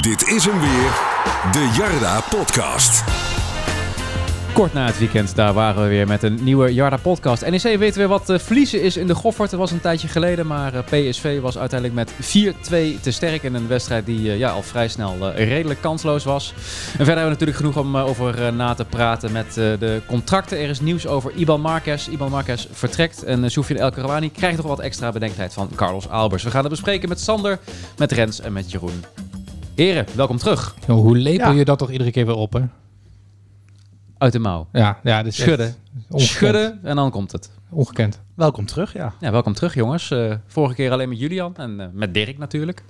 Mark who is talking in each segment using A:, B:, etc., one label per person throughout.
A: Dit is hem weer, de Jarda Podcast.
B: Kort na het weekend, daar waren we weer met een nieuwe Jarda podcast. NEC weet weer wat eh, verliezen is in de Goffert. Dat was een tijdje geleden, maar eh, PSV was uiteindelijk met 4-2 te sterk in een wedstrijd die eh, ja, al vrij snel eh, redelijk kansloos was. En verder hebben we natuurlijk genoeg om eh, over eh, na te praten met eh, de contracten. Er is nieuws over Iban Marquez. Iban Marquez vertrekt en uh, Soufiane El Karawani krijgt nog wat extra bedenktijd van Carlos Albers. We gaan het bespreken met Sander, met Rens en met Jeroen. Heren, welkom terug
C: Jongen, hoe lepel
B: Ja.
C: je dat toch iedere keer weer op, hè?
B: uit de mouw.
C: Ja, ja dit is echt
D: Schudden.
C: Ongekend.
B: Schudden en dan komt het.
C: Ongekend.
D: Welkom terug, ja.
B: Ja, welkom terug jongens. Eh, vorige keer alleen met Julian en eh, met Dirk natuurlijk.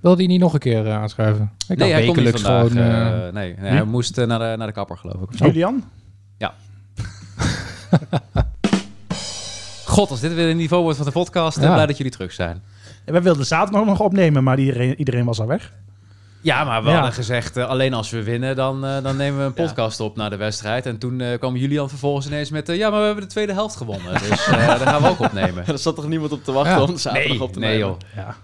C: Wil die niet nog een keer eh, aanschuiven? Ik
B: nee,
C: had
B: hij kon niet
C: wekelijks
B: vandaag.
C: gewoon, eh,
B: eh, nee, nee, hij moest eh, naar, de, naar de kapper geloof ik.
D: Julian?
B: God, als dit weer het niveau wordt van de podcast, eh,
C: Ja.
B: blij dat jullie terug zijn.
D: We wilden zaterdag nog opnemen, maar iedereen, iedereen was al weg.
B: Ja, maar we
D: Ja.
B: hadden gezegd, eh, alleen als we winnen, dan, eh, dan nemen we een podcast op na de wedstrijd. En toen eh, kwam Julian vervolgens ineens met, eh, ja, maar we hebben de tweede helft gewonnen. Dus eh daar gaan we ook opnemen.
E: Er zat toch niemand op te wachten
C: Ja.
E: om zaterdag
B: Nee,
E: op te
B: nee
E: nemen?
B: joh.
D: Ja.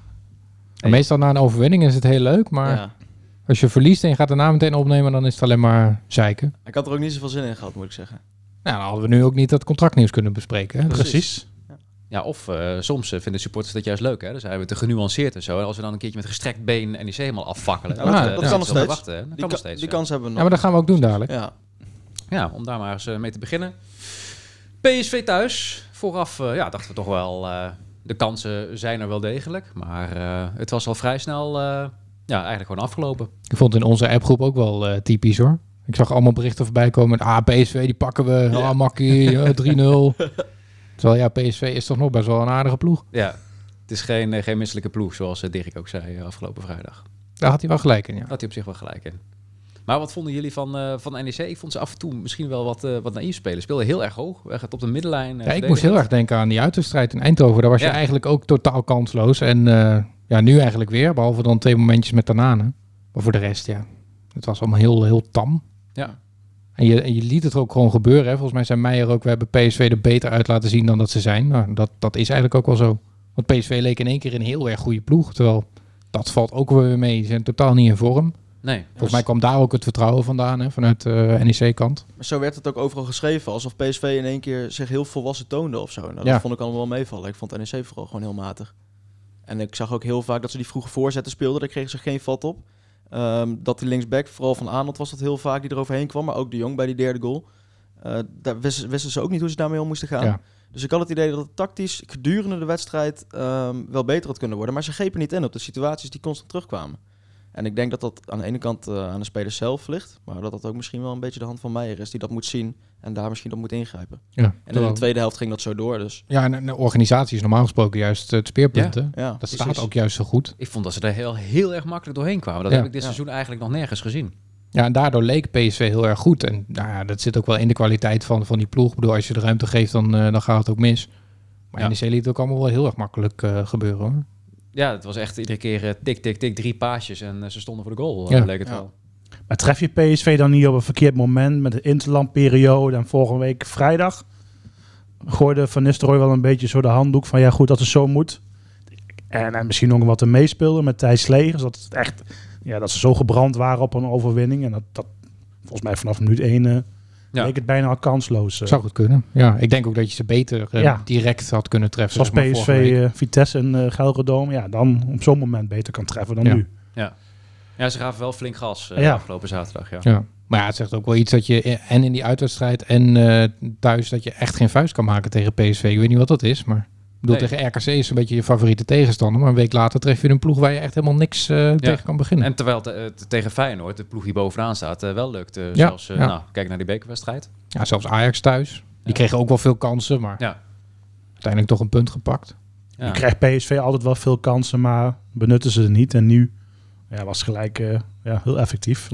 C: maar Meestal na een overwinning is het heel leuk, maar
E: Ja.
C: als je verliest en je gaat daarna meteen opnemen, dan is het alleen maar zeiken.
E: Ik had er ook niet zoveel zin in gehad, moet ik zeggen.
C: Nou, dan hadden we nu ook niet dat contractnieuws kunnen bespreken. Hè?
E: Precies.
B: Ja, of eh, soms eh, vinden supporters dat juist leuk, hè. Dus zijn we te genuanceerd en zo. En als we dan een keertje met gestrekt been en die helemaal afvakkelen.
E: Nou, dat-
B: eh,
E: dat
B: dan
E: kan
B: is
E: nog
B: wel
E: steeds.
B: wachten, hè. Dat
E: Die,
B: kan
E: ka-
B: nog steeds,
E: die
B: ja.
E: kans hebben we
C: Ja,
E: nog.
C: maar dat gaan we ook doen dadelijk.
E: Ja,
B: Ja, om daar maar eens eh, mee te beginnen. PSV thuis. Vooraf eh, ja, dachten we toch wel, eh, de kansen zijn er wel degelijk. Maar eh, het was al vrij snel eh, ja, eigenlijk gewoon afgelopen.
C: Ik vond het in onze appgroep ook wel eh, typisch, hoor. Ik zag allemaal berichten voorbij komen. Ah, PSV, die pakken we. Ah, makkie, ja, 3-0. Terwijl ja, PSV is toch nog best wel een aardige ploeg.
B: Ja, het is geen, eh, geen misselijke ploeg, zoals eh, Dirk ook zei eh, afgelopen vrijdag.
C: Daar had hij wel gelijk in, ja.
B: Daar had hij op zich wel gelijk in. Maar wat vonden jullie van, eh, van NEC? Ik vond ze af en toe misschien wel wat, eh, wat naïef spelen. Speelde heel erg hoog, echt op de middenlijn. eh,
C: Ja, ik moest heel erg denken aan die uitwedstrijd in Eindhoven. Daar was
B: Ja.
C: je eigenlijk ook totaal kansloos. En eh, ja, nu eigenlijk weer. Behalve dan twee momentjes met Tanane. Maar voor de rest, ja. Het was allemaal heel, heel tam.
B: Ja.
C: En je, en je liet het ook gewoon gebeuren. Hè. Volgens mij zei Meijer ook... we hebben PSV er beter uit laten zien dan dat ze zijn. Nou, dat, dat is eigenlijk ook wel zo. Want PSV leek in één keer een heel erg goede ploeg. Terwijl dat valt ook wel weer mee. Ze zijn totaal niet in vorm.
B: Nee,
C: Volgens mij kwam daar ook het vertrouwen vandaan. Hè, vanuit eh NEC-kant.
E: maar zo werd het ook overal geschreven. Alsof PSV in één keer zich heel volwassen toonde of zo. Nou, dat
C: Ja.
E: vond ik allemaal wel meevallen. Ik vond NEC vooral gewoon heel matig. En ik zag ook heel vaak dat ze die vroege voorzetten speelden. Daar kregen ze geen vat op. Ehm, dat die linksback, vooral van Arnold was dat heel vaak, die er overheen kwam. Maar ook de Jong bij die derde goal. Eh, daar wisten, wisten ze ook niet hoe ze daarmee om moesten gaan.
C: Ja.
E: Dus ik had het idee dat het tactisch gedurende de wedstrijd ehm, wel beter had kunnen worden. Maar ze grepen niet in op de situaties die constant terugkwamen. En ik denk dat dat aan de ene kant eh, aan de speler zelf ligt. Maar dat dat ook misschien wel een beetje de hand van Meijer is. Die dat moet zien en daar misschien op moet ingrijpen.
C: Ja,
E: En in
C: terwijl-
E: de tweede helft ging dat zo door. Dus
C: ja, en en de organisatie is normaal gesproken juist eh, het speerpunt. hè.
E: ja,
C: Dat
E: precies.
C: staat ook juist zo goed.
B: ik vond dat ze er heel, heel erg makkelijk doorheen kwamen. Dat
C: Ja.
B: heb ik dit
E: Ja.
B: seizoen eigenlijk nog nergens gezien.
C: Ja, en daardoor leek PSV heel erg goed. En nou ja, dat zit ook wel in de kwaliteit van, van die ploeg. Ik bedoel, als je de ruimte geeft, dan, eh, dan gaat het ook mis. Maar
B: Ja.
C: NEC liet het ook allemaal wel heel erg makkelijk eh, gebeuren hoor.
B: Ja, het was echt iedere keer eh, tik, tik, tik, drie paasjes en eh, ze stonden voor de goal,
C: Ja.
B: ja. leek het
E: Ja.
B: wel.
D: Maar tref je PSV dan niet op een verkeerd moment met de interlandperiode en vorige week vrijdag? Gooide Van Nistelrooy wel een beetje zo de handdoek van ja goed dat het zo moet. En, en misschien nog wat er meespeelde met Thijs Legers. Dat, het echt, ja, dat ze zo gebrand waren op een overwinning. En dat, dat volgens mij vanaf minuut 1 eh
B: Ja.
D: leek het bijna al kansloos. eh.
C: Zou goed kunnen. Ja, ik denk ook dat je ze beter eh,
D: Ja.
C: direct had kunnen treffen.
D: Zoals
C: zeg maar,
D: PSV,
C: vorige week.
D: eh, Vitesse en eh Gelredome. Ja, dan op zo'n moment beter kan treffen dan
C: Ja.
D: nu.
B: Ja, ze gaven wel flink gas eh,
D: Ja.
B: afgelopen zaterdag, ja.
C: Ja. Maar ja, het zegt ook wel iets dat je eh, en in die uitwedstrijd en eh, thuis dat je echt geen vuist kan maken tegen PSV. Ik weet niet wat dat is, maar ik bedoel,
B: Nee.
C: tegen RKC is een beetje je favoriete tegenstander. Maar een week later tref je een ploeg waar je echt helemaal niks eh, tegen kan beginnen.
B: En terwijl het eh, t- tegen Feyenoord, de ploeg die bovenaan staat, eh, wel lukt. eh,
C: Ja,
B: Zelfs, eh,
C: ja.
B: nou, kijk naar die bekerwedstrijd.
C: Ja, zelfs Ajax thuis. Die kregen ook wel veel kansen, maar
B: Ja.
C: uiteindelijk toch een punt gepakt.
B: Ja.
D: Je krijgt PSV altijd wel veel kansen, maar benutten ze er niet. En nu ja, was gelijk eh, ja, heel effectief.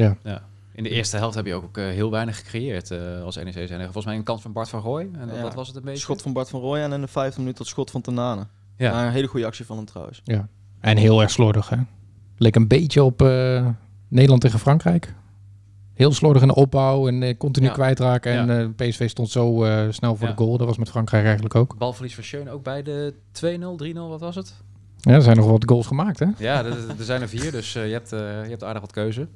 B: In de eerste helft heb je ook eh, heel weinig gecreëerd eh, als NEC zijn. Volgens mij een kans van Bart van Gooy. En dat,
E: Ja.
B: dat was het een beetje.
E: Schot van Bart van Rooyen en in de vijfde minuut dat schot van Tanane.
B: Ja.
E: Maar een hele goede actie van hem trouwens.
C: En heel erg slordig, hè? Leek een beetje op eh, Nederland tegen Frankrijk. Heel slordig in de opbouw en eh, continu
B: Ja.
C: kwijtraken. En eh, PSV stond zo eh, snel voor
B: Ja.
C: de goal. Dat was met Frankrijk eigenlijk ook.
B: Balverlies van Schöne ook bij de 2-0, 3-0, wat was het?
C: Ja, er zijn nog wat goals gemaakt, hè?
B: Ja, er, er zijn er vier, dus eh, je, hebt, eh, je hebt aardig wat keuze.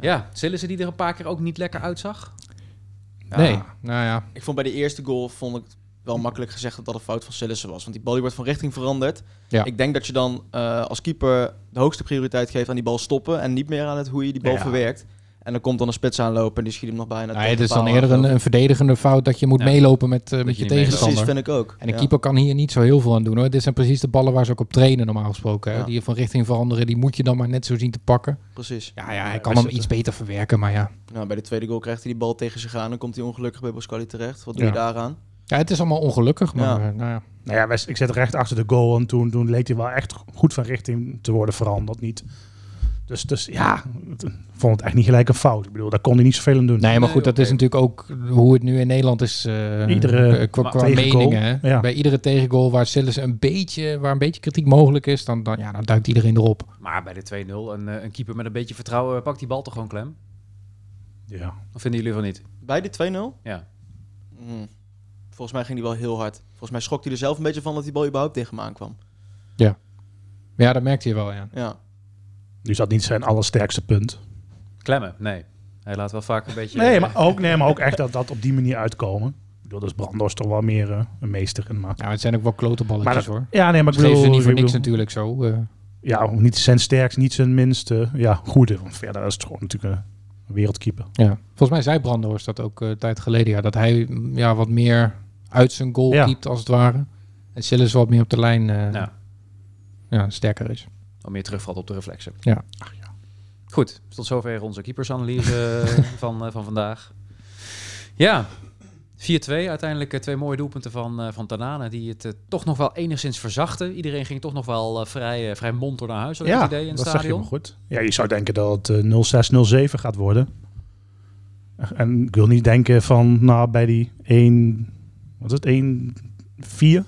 B: Ja, Sillissen die er een paar keer ook niet lekker uitzag.
E: Ja.
C: Nee, nou ja.
E: Ik vond bij de eerste goal vond ik wel makkelijk gezegd dat dat een fout van Sillissen was. Want die bal die wordt van richting veranderd.
C: Ja.
E: Ik denk dat je dan eh, als keeper de hoogste prioriteit geeft aan die bal stoppen. En niet meer aan het hoe je die bal
D: Ja.
E: verwerkt. En dan komt dan een spits aanlopen en die schiet hem nog bijna.
C: Nou,
E: tegen
C: het
E: de
C: is dan
E: paal
C: eerder een,
E: aan.
C: een verdedigende fout dat je moet
B: Ja.
C: meelopen met, eh, met
B: je
C: je
B: niet meeloopt.
E: Precies,
C: tegenstander.
E: vind ik ook.
C: En een
E: Ja.
C: keeper kan hier niet zo heel veel aan doen hoor. Dit zijn precies de ballen waar ze ook op trainen normaal gesproken. Hè?
E: Ja.
C: Die van richting veranderen, die moet je dan maar net zo zien te pakken.
E: Precies.
C: Ja, ja, hij
D: wij
C: kan hem
D: zitten-
C: iets beter verwerken, maar ja.
E: Nou, bij de tweede goal krijgt hij die bal tegen zich aan. Dan komt hij ongelukkig bij Boscali terecht. Wat doe
C: Ja.
E: je daaraan?
C: ja het is allemaal ongelukkig, maar
E: Ja.
C: eh, nou ja.
D: Nou ja, wij- ik zet recht achter de goal en toen, toen leek hij wel echt goed van richting te worden veranderd. Niet. Dus, dus ja, het- ik vond het echt niet gelijk een fout. Ik bedoel, daar kon hij niet zoveel aan doen.
C: Nee, maar
B: Nee,
C: goed, dat
B: oké.
C: is natuurlijk ook hoe het nu in Nederland is eh,
D: Iedere
C: eh, qua, qua
D: tegengoal,
C: meningen. Hè?
D: ja.
C: Bij iedere tegengoal waar Sillis een beetje, waar een beetje kritiek mogelijk is, dan, dan, ja, dan duikt iedereen erop.
B: Maar bij de 2-0, een, eh, een keeper met een beetje vertrouwen eh, pakt die bal toch gewoon klem?
D: Ja.
B: Of vinden jullie van niet?
E: Bij de 2-0?
B: Ja.
E: Mm. Volgens mij ging die wel heel hard. Volgens mij schrok hij er zelf een beetje van dat die bal überhaupt tegen hem aankwam.
C: Ja, dat merkte je wel, ja.
E: Ja.
D: Dus dat niet zijn allersterkste punt.
B: Klemmen, nee. Hij laat wel vaak een beetje... eh,
D: Nee, maar ook, nee, maar ook echt dat, dat op die manier uitkomen. Ik bedoel, dus Brandos toch wel meer eh, een meester in. Maar,
C: Nou, het zijn ook wel klote balletjes
D: Maar dat-
C: hoor.
D: ja, nee, maar
C: Dat
D: ik bedoel...
C: geven ze niet voor
D: ik
C: niks
D: bedoel-
C: natuurlijk zo. eh.
D: Ja, ook niet zijn sterkst, niet zijn minste. Ja, goede. Want verder is het gewoon natuurlijk een wereldkeeper.
C: Ja, volgens mij zei Brandhorst dat ook eh, een tijd geleden. Ja, dat hij mm, ja, wat meer uit zijn goal
D: Ja.
C: keept als het ware. En Sillis wat meer op de lijn eh,
B: Ja.
C: ja. sterker is.
B: Om meer terugvalt op de reflexen.
C: Ja.
B: Goed, tot zover onze keepersanalyse eh, van, eh, van vandaag. Ja, 4-2. Uiteindelijk eh, twee mooie doelpunten van, eh van Tanane die het eh, toch nog wel enigszins verzachten. Iedereen ging toch nog wel eh, vrij, eh, vrij monter naar huis, had ik het idee, in het
D: dat zag je
B: stadion.
D: maar goed. Ja, je zou denken dat het eh, 0607 gaat worden. En ik wil niet denken van, nou, bij die 1... Wat is het? 1... 4?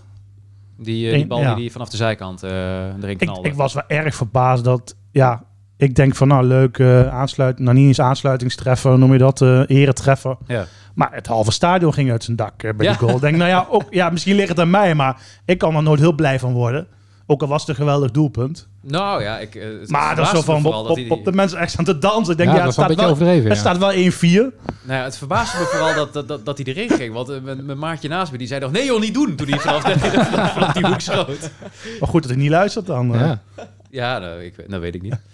B: Die, eh, die
D: Eén-
B: bal
D: ja.
B: die, die vanaf de zijkant eh erin
D: Ik,
B: knalde.
D: ik was wel erg verbaasd dat... Ja, ik denk van, nou, leuk eh aansluit... Nou, niet eens aansluitingstreffer, noem je dat? eh eretreffer.
B: Ja.
D: Maar het halve stadion ging uit zijn dak eh, bij
B: Ja.
D: die goal. Ik Denk, nou ja, ook, ja, misschien ligt het aan mij, maar ik kan er nooit heel blij van worden. Ook al was het een geweldig doelpunt.
B: Nou ja, ik, eh, het
D: Maar dat is zo
B: verbaasde me
D: van, op,
B: vooral dat
D: op,
B: die-
D: op de mensen echt aan te dansen. Ik denk,
C: ja,
D: ja,
C: dat
D: het,
C: is wel een
D: staat
C: beetje
D: wel,
C: overdreven.
D: het
C: ja.
D: staat wel 1-4.
B: Nou ja, het verbaasde me vooral dat, dat, dat, dat hij erin ging. Want eh, mijn, mijn maatje naast me die zei nog: nee, joh, niet doen. Toen hij vanaf, vanaf die hoek schoot.
D: Maar goed dat hij niet luistert dan. eh.
C: Ja.
B: Ja, nou, ik, weet- dat weet ik niet.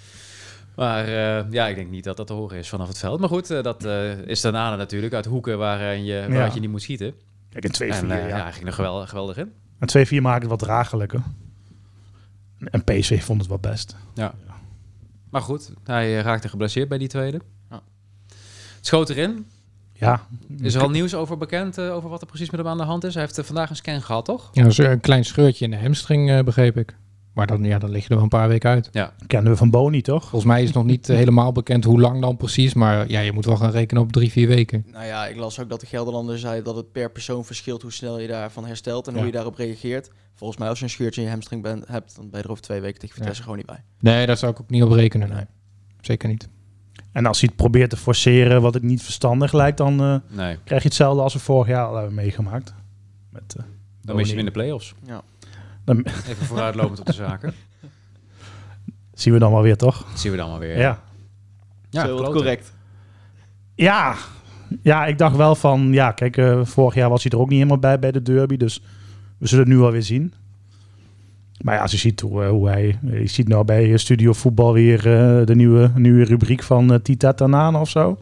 B: Maar eh, ja, ik denk niet dat dat te horen is vanaf het veld. Maar goed, eh, dat eh, is daarna natuurlijk uit hoeken waar eh, je, waar
D: Ja.
B: je niet moet schieten.
D: Kijk, een 2-4.
B: En eh, ja.
D: ja.
B: hij ging er geweldig, geweldig in.
D: Een 2-4 maakt het wat dragelijker. En PSV vond het wel best.
B: Maar goed, hij eh, raakte geblesseerd bij die tweede.
E: Ja.
B: Het schoot erin.
D: Ja.
B: Is
D: Hm.
B: er al nieuws over bekend, eh, over wat er precies met hem aan de hand is? Hij heeft eh, vandaag een scan gehad, toch?
C: Ja, zo een klein scheurtje in de hamstring eh, begreep ik. Maar dan, ja, dan lig je er wel een paar weken uit.
D: Kennen we van Boni, toch?
C: Volgens mij is nog niet eh, helemaal bekend hoe lang dan precies. Maar ja, je moet wel gaan rekenen op drie, vier weken.
E: Nou ja, ik las ook dat de Gelderlander zei dat het per persoon verschilt hoe snel je daarvan herstelt en
C: Ja.
E: hoe je daarop reageert. Volgens mij als je een scheurtje in je hamstring bent, hebt, dan ben je er over twee weken tegen Vitesse gewoon niet bij.
C: Nee, daar zou ik ook niet op rekenen. Nee. Zeker niet.
D: En als hij het probeert te forceren, wat het niet verstandig lijkt, dan eh,
B: Nee,
D: krijg je hetzelfde als we vorig jaar al hebben meegemaakt. Met, eh,
B: dan mis je hem
D: Boni.
B: in de play-offs.
E: Ja.
D: Dan-
B: Even vooruitlopend op de zaken.
D: zien we dan wel weer, toch?
B: Dat zien we dan maar weer.
D: ja.
B: ja
E: Zo, wat
B: kloten.
E: correct.
D: Ja, ja ik dacht wel van, ja, kijk, eh, vorig jaar was hij er ook niet helemaal bij bij de derby, dus we zullen het nu wel weer zien. Maar ja, als je ziet hoe, eh, hoe hij, je ziet nou bij eh, Studio Voetbal weer eh, de nieuwe, nieuwe rubriek van eh, Tita Tanana of zo.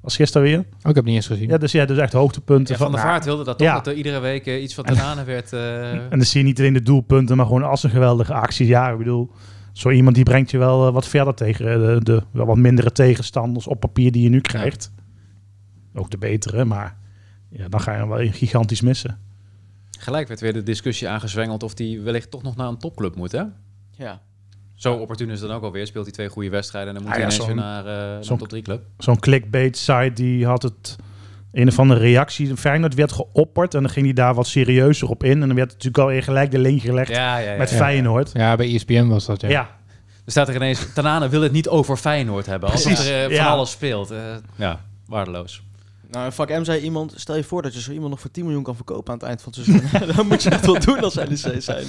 D: Was gisteren weer.
C: Oh, ik heb niet eens gezien.
D: Ja, dus ja, dus echt hoogtepunten
B: Ja, van de
D: nou,
B: Vaart wilde dat toch,
D: Ja.
B: dat er iedere week eh, iets van Tanane werd... eh,
D: En dan zie je niet alleen de doelpunten, maar gewoon als een geweldige actie. Ja, ik bedoel, zo iemand die brengt je wel eh, wat verder tegen eh, de, de wel wat mindere tegenstanders op papier die je nu krijgt. Ook de betere, maar ja, dan ga je hem wel gigantisch missen.
B: Gelijk werd weer de discussie aangezwengeld of hij wellicht toch nog naar een topclub moet, hè?
E: Ja.
B: Zo opportun is het dan ook alweer. Speelt hij twee goede wedstrijden en dan moet
D: Ah
B: hij
D: ja,
B: ineens weer
D: zo'n-
B: naar, eh, naar
D: zo'n-
B: een top 3 club.
D: Zo'n clickbait site die had het een of andere reactie. Feyenoord werd geopperd en dan ging hij daar wat serieuzer op in. En dan werd natuurlijk alweer gelijk de link gelegd
B: Ja, ja, ja.
D: met
B: ja.
D: Feyenoord.
C: Ja, bij E ESPN was dat, ja.
D: Ja.
B: Er staat er ineens, Tanane wil het niet over Feyenoord hebben. Alsof
D: Precies,
B: er eh,
D: ja.
B: van alles speelt. Eh, ja, waardeloos.
E: Nou, in vak M zei iemand, stel je voor dat je zo iemand nog voor 10 miljoen kan verkopen aan het eind van het seizoen. dan moet je echt wel doen als E NEC zijn. Ik zei,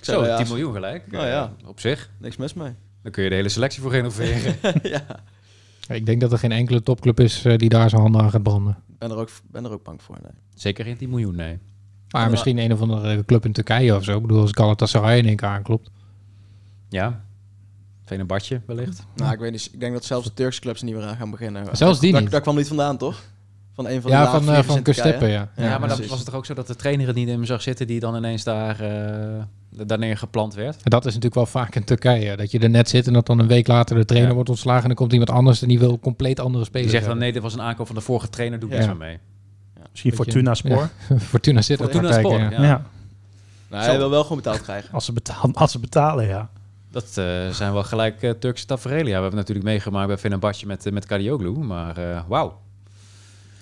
B: Zo,
E: nou ja,
B: 10 miljoen gelijk.
E: Nou ja.
B: Eh, op zich.
E: Niks mis mee.
B: Dan kun je de hele selectie voor renoveren.
E: ja,
C: Ik denk dat er geen enkele topclub is eh, die daar zijn handen aan gaat branden.
E: ik ben er ook, ben er ook bang voor. Nee.
B: Zeker geen 10 miljoen, nee.
C: Maar misschien een of andere club in Turkije of zo. Ik bedoel, als Galatasaray in één keer aanklopt.
B: Ja. Veen een badje wellicht.
E: Nou, ik weet niet. Ik denk dat zelfs de Turkse clubs er niet meer aan gaan beginnen.
C: Zelfs die
E: daar,
C: niet.
E: daar kwam niet vandaan, toch? Van een van de
C: Ja,
E: lage
C: van, eh,
E: vliegers
C: van
E: in Turkije.
C: Kusteppen, ja.
B: Ja,
E: Ja,
B: maar dan
E: precies.
B: was het toch ook zo dat de trainer het niet in hem zag zitten die dan ineens daar, eh, daar neergeplant werd?
C: En dat is natuurlijk wel vaak in Turkije. Dat je er net zit en dat dan een week later de trainer
B: Ja.
C: wordt ontslagen. En dan komt iemand anders en die wil compleet andere
B: Die
C: spelers.
B: zegt dan nee, dit was een aankoop van de vorige trainer, doe ik
E: Ja.
B: niks meer mee.
D: Misschien
C: Weet je,
D: Fortuna Spoor.
C: hebben. Fortuna zit
B: Fortuna Spoor,
C: ja.
B: ja.
D: Ja.
E: Nou, hij wil wel gewoon betaald krijgen.
D: Als, ze betalen, als ze betalen, ja.
B: Dat eh, zijn wel gelijk eh, Turkse tafereelen. Ja, we hebben het natuurlijk meegemaakt bij Fenerbahce met, eh, met Karioglu, maar eh, wauw.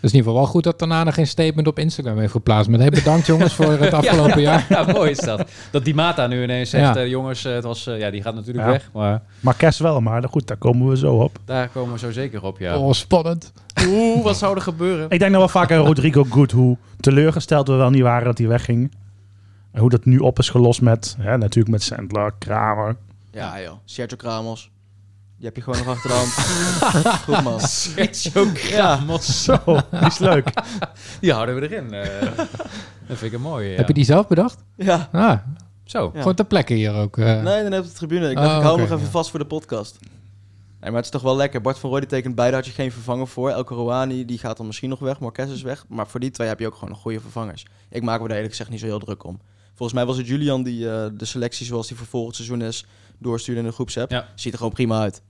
C: Dus in ieder geval wel goed dat daarna nog geen statement op Instagram heeft geplaatst. Met hey, bedankt jongens voor het afgelopen jaar.
B: Ja, mooi is dat. Dat die Mata nu ineens zegt,
C: Ja.
B: eh, jongens, eh, het was, eh, ja, die gaat natuurlijk
D: Ja.
B: weg, maar
D: Marques wel, maar goed, daar komen we zo op.
B: daar komen we zo zeker op, ja.
C: Oh, spannend.
B: Oeh, wat zou er gebeuren?
D: Ik denk nog wel vaak aan Rodrigo Good, hoe teleurgesteld we wel niet waren dat hij wegging. En hoe dat nu op is gelost met, hè, natuurlijk met Sandler, Kramer.
E: Ja, joh. Sergio Kramos. Die heb je gewoon nog achteraan. Goed, man.
B: Sergio Ramos.
D: Zo, die is leuk.
B: Die houden we erin. eh. dat vind ik een mooie, ja.
C: Heb je die zelf bedacht?
E: Ja.
C: Ah,
B: Zo.
E: Ja.
C: gewoon ter plekke hier ook. eh.
E: Nee, dan heb je de tribune. Ik
C: Oh,
E: dacht, ik hou hem
C: oké,
E: nog even
C: ja.
E: vast voor de podcast. Nee, maar het is toch wel lekker. Bart van Rooij die tekent beide, had je geen vervanger voor. Elke Rouhani, die gaat dan misschien nog weg. Marquez is weg. Maar voor die twee heb je ook gewoon nog goede vervangers. Ik maak me daar eerlijk gezegd niet zo heel druk om. Volgens mij was het Julian die eh, de selectie zoals die voor volgend seizoen is... doorstuurde in de groepsapp.
B: Ja.
E: Ziet er gewoon prima uit.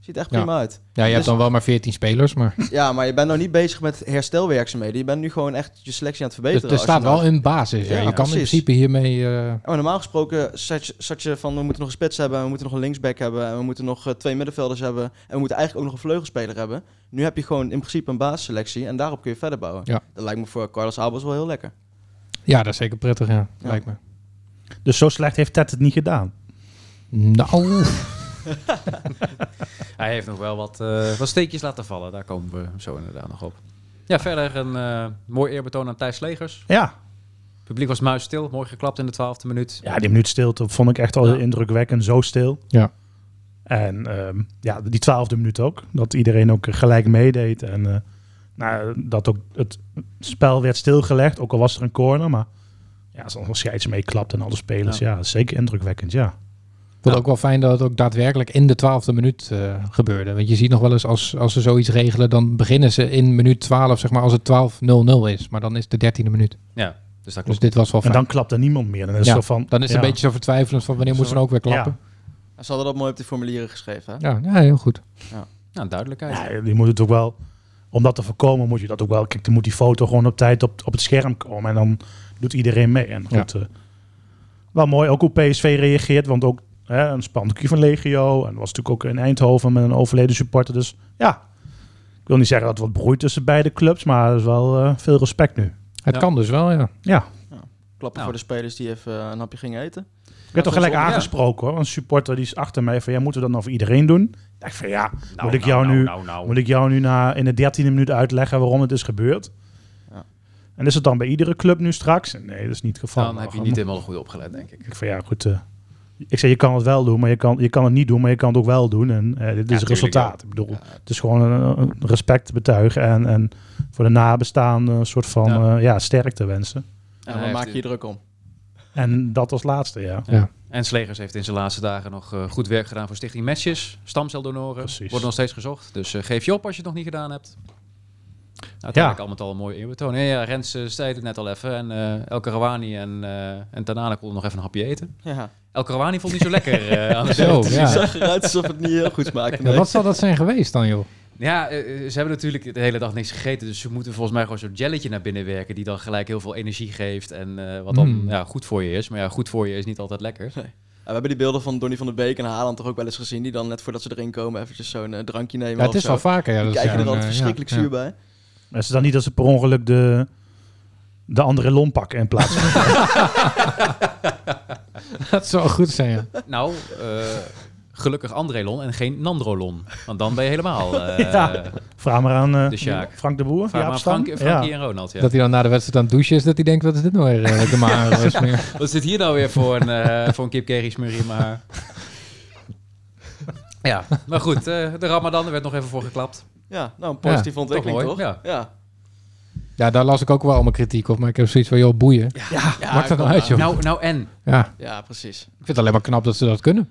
E: Ziet echt
C: Ja.
E: prima uit.
C: Ja, je hebt dan wel maar 14 spelers, maar
E: Ja, maar je bent nou niet bezig met herstelwerkzaamheden. Je bent nu gewoon echt je selectie aan het verbeteren.
C: dus er
E: als je
C: staat
E: nou-
C: wel een basis. Ja.
E: Ja,
C: je kan in
E: precies.
C: principe hiermee... eh,
E: Ja, maar Oh, normaal gesproken zat je, zat je van we moeten nog een spits hebben, we moeten nog een linksback hebben, en we moeten nog eh, twee middenvelders hebben en we moeten eigenlijk ook nog een vleugelspeler hebben. Nu heb je gewoon in principe een basisselectie en daarop kun je verder bouwen.
C: Ja.
E: Dat lijkt me voor Carlos Albers wel heel lekker.
C: ja, dat is zeker prettig, ja.
E: Ja.
C: Lijkt me.
D: Dus zo slecht heeft Ted het niet gedaan.
C: Nou,
B: Hij heeft nog wel wat, eh, wat steekjes laten vallen. Daar komen we zo inderdaad nog op. Ja, verder een eh, mooi eerbetoon aan Thijs Legers.
D: Ja,
B: Het publiek was muisstil. Mooi geklapt in de twaalfde minuut.
D: ja die minuut stilte vond ik echt al
B: Ja.
D: heel indrukwekkend. Zo stil.
C: Ja.
D: En ehm, ja, die twaalfde minuut ook. Dat iedereen ook gelijk meedeed. En eh, nou, dat ook het spel werd stilgelegd. Ook al was er een corner, maar... Ja, als er nog scheids mee klapt en alle spelers. Ja, zeker indrukwekkend, ja.
C: Ik vond het ook wel fijn dat het ook daadwerkelijk in de twaalfde minuut eh, gebeurde. Want je ziet nog wel eens als, als ze zoiets regelen, dan beginnen ze in minuut 12, zeg maar, als het 12.00 is. Maar dan is het de 13e minuut.
B: Ja, dus dat
C: Dus
B: klopt.
C: dit was wel
D: En
C: fijn.
D: dan klapt er niemand meer. Dan is,
C: Ja,
D: het zo van,
C: dan is het
D: ja.
C: een beetje zo vertwijfelend van wanneer moeten ze dan ook weer klappen.
E: En Ze hadden dat mooi op de formulieren geschreven. Hè?
C: Ja, ja, heel goed.
B: Nou, duidelijkheid.
D: Dus- Ja, je moet het ook wel... Om dat te voorkomen moet je dat ook wel... Kijk, dan moet die foto gewoon op tijd op, op het scherm komen. En dan doet iedereen mee. En goed, eh, wel mooi ook hoe PSV reageert. Want ook hè, een spandoekje van Legio. En was natuurlijk ook in Eindhoven met een overleden supporter. Dus ja, ik wil niet zeggen dat het wat broeit tussen beide clubs. Maar er is wel eh, veel respect nu.
C: Het
B: Ja.
C: kan dus wel, ja.
D: Ja,
E: Klappen
B: Nou.
E: voor de spelers die even eh, een hapje gingen eten.
D: ik werd toch gelijk
B: soms ook, ja.
D: aangesproken hoor. Een supporter die is achter mij van... Ja, moeten we dat nou voor iedereen doen? Ik dacht van ja,
B: Nou,
D: moet ik
B: nou,
D: jou
B: nou,
D: nu...
B: nou, nou.
D: Moet ik jou nu na, in de dertiende minuut uitleggen waarom het is gebeurd?
E: Ja.
D: En is het dan bij iedere club nu straks? Nee, dat is niet het geval.
B: Dan heb je niet helemaal goed opgelet, denk ik.
D: Ik van ja, goed. eh, ik zeg, je kan het wel doen, maar je kan, je kan het niet doen, maar je kan het ook wel doen. En eh, dit is het
B: tuurlijk,
D: resultaat. Ik bedoel, het is gewoon een, een respect te betuigen en, en voor de nabestaanden een soort van
B: Ja.
D: ja. ja, sterkte wensen.
E: En
B: hij
E: dan
B: heeft
E: maak je
B: die-
E: je druk om.
D: En dat als laatste, ja.
B: En Slegers heeft in zijn laatste dagen nog eh, goed werk gedaan voor Stichting Matches. Stamceldonoren
D: Precies.
B: worden nog steeds gezocht. Dus eh, geef je op als je het nog niet gedaan hebt. Uiteindelijk
D: Ja.
B: al met al een mooie eerbetoon. Ja, ja, Rens eh, zei het net al even. En eh El Karawani en, eh en Tanane konden nog even een hapje eten.
E: Ja.
B: El Karawani vond het niet zo lekker eh, aan de
C: Zo,
B: beeld.
E: Het
C: ja.
E: zag eruit alsof het niet heel goed smaakte.
C: Ja,
E: nee.
C: Wat zal dat zijn geweest dan, joh?
B: Ja, eh, eh, ze hebben natuurlijk de hele dag niks gegeten. Dus ze moeten volgens mij gewoon zo'n jelletje naar binnen werken. Die dan gelijk heel veel energie geeft. En eh, wat dan
D: Hmm.
C: Mm.
B: ja, goed voor je is. Maar ja, goed voor je is niet altijd lekker.
E: Ja, we hebben die beelden van Donny van der Beek en Haaland toch ook wel eens gezien. Die dan net voordat ze erin komen eventjes zo'n eh, drankje nemen
C: Ja, het
E: of
C: is
E: zo.
C: wel vaker, ja.
E: Die
C: dat is
E: kijken er
C: zo'n,
E: altijd
C: eh, ja,
E: verschrikkelijk
C: ja.
E: zuur bij.
D: Is het dan niet dat ze per ongeluk de, de andere lon pakken in plaats van...
C: Dat zou wel goed zijn, ja.
B: Nou, eh, Gelukkig Andrelon en geen Nandrolon. Want dan ben je helemaal eh
D: Ja. Vraag maar aan eh,
B: De Sjaak.
D: Frank de Boer.
B: vraag maar
D: Jaap
B: aan
D: Stam.
B: Frank, Frankie
D: ja.
B: en Ronald. Ja.
C: Dat hij dan na de wedstrijd aan het douchen is, dat hij denkt, wat is dit nou weer? eh, de maar meer.
B: Wat zit hier nou weer voor een, eh voor een kipkerriesmurrie in mijn haar? Ja, maar goed, eh, de Ramadan er werd nog even voor geklapt.
E: Ja, nou, een positieve ontwikkeling,
B: mooi,
E: toch?
B: ja.
E: ja.
C: Ja, daar las ik ook wel allemaal kritiek op, maar ik heb zoiets van, joh, boeien. Maakt dat nou uit, joh.
B: Nou, nou en?
C: Ja,
E: Ja, precies.
C: ik vind het alleen maar knap dat ze dat kunnen.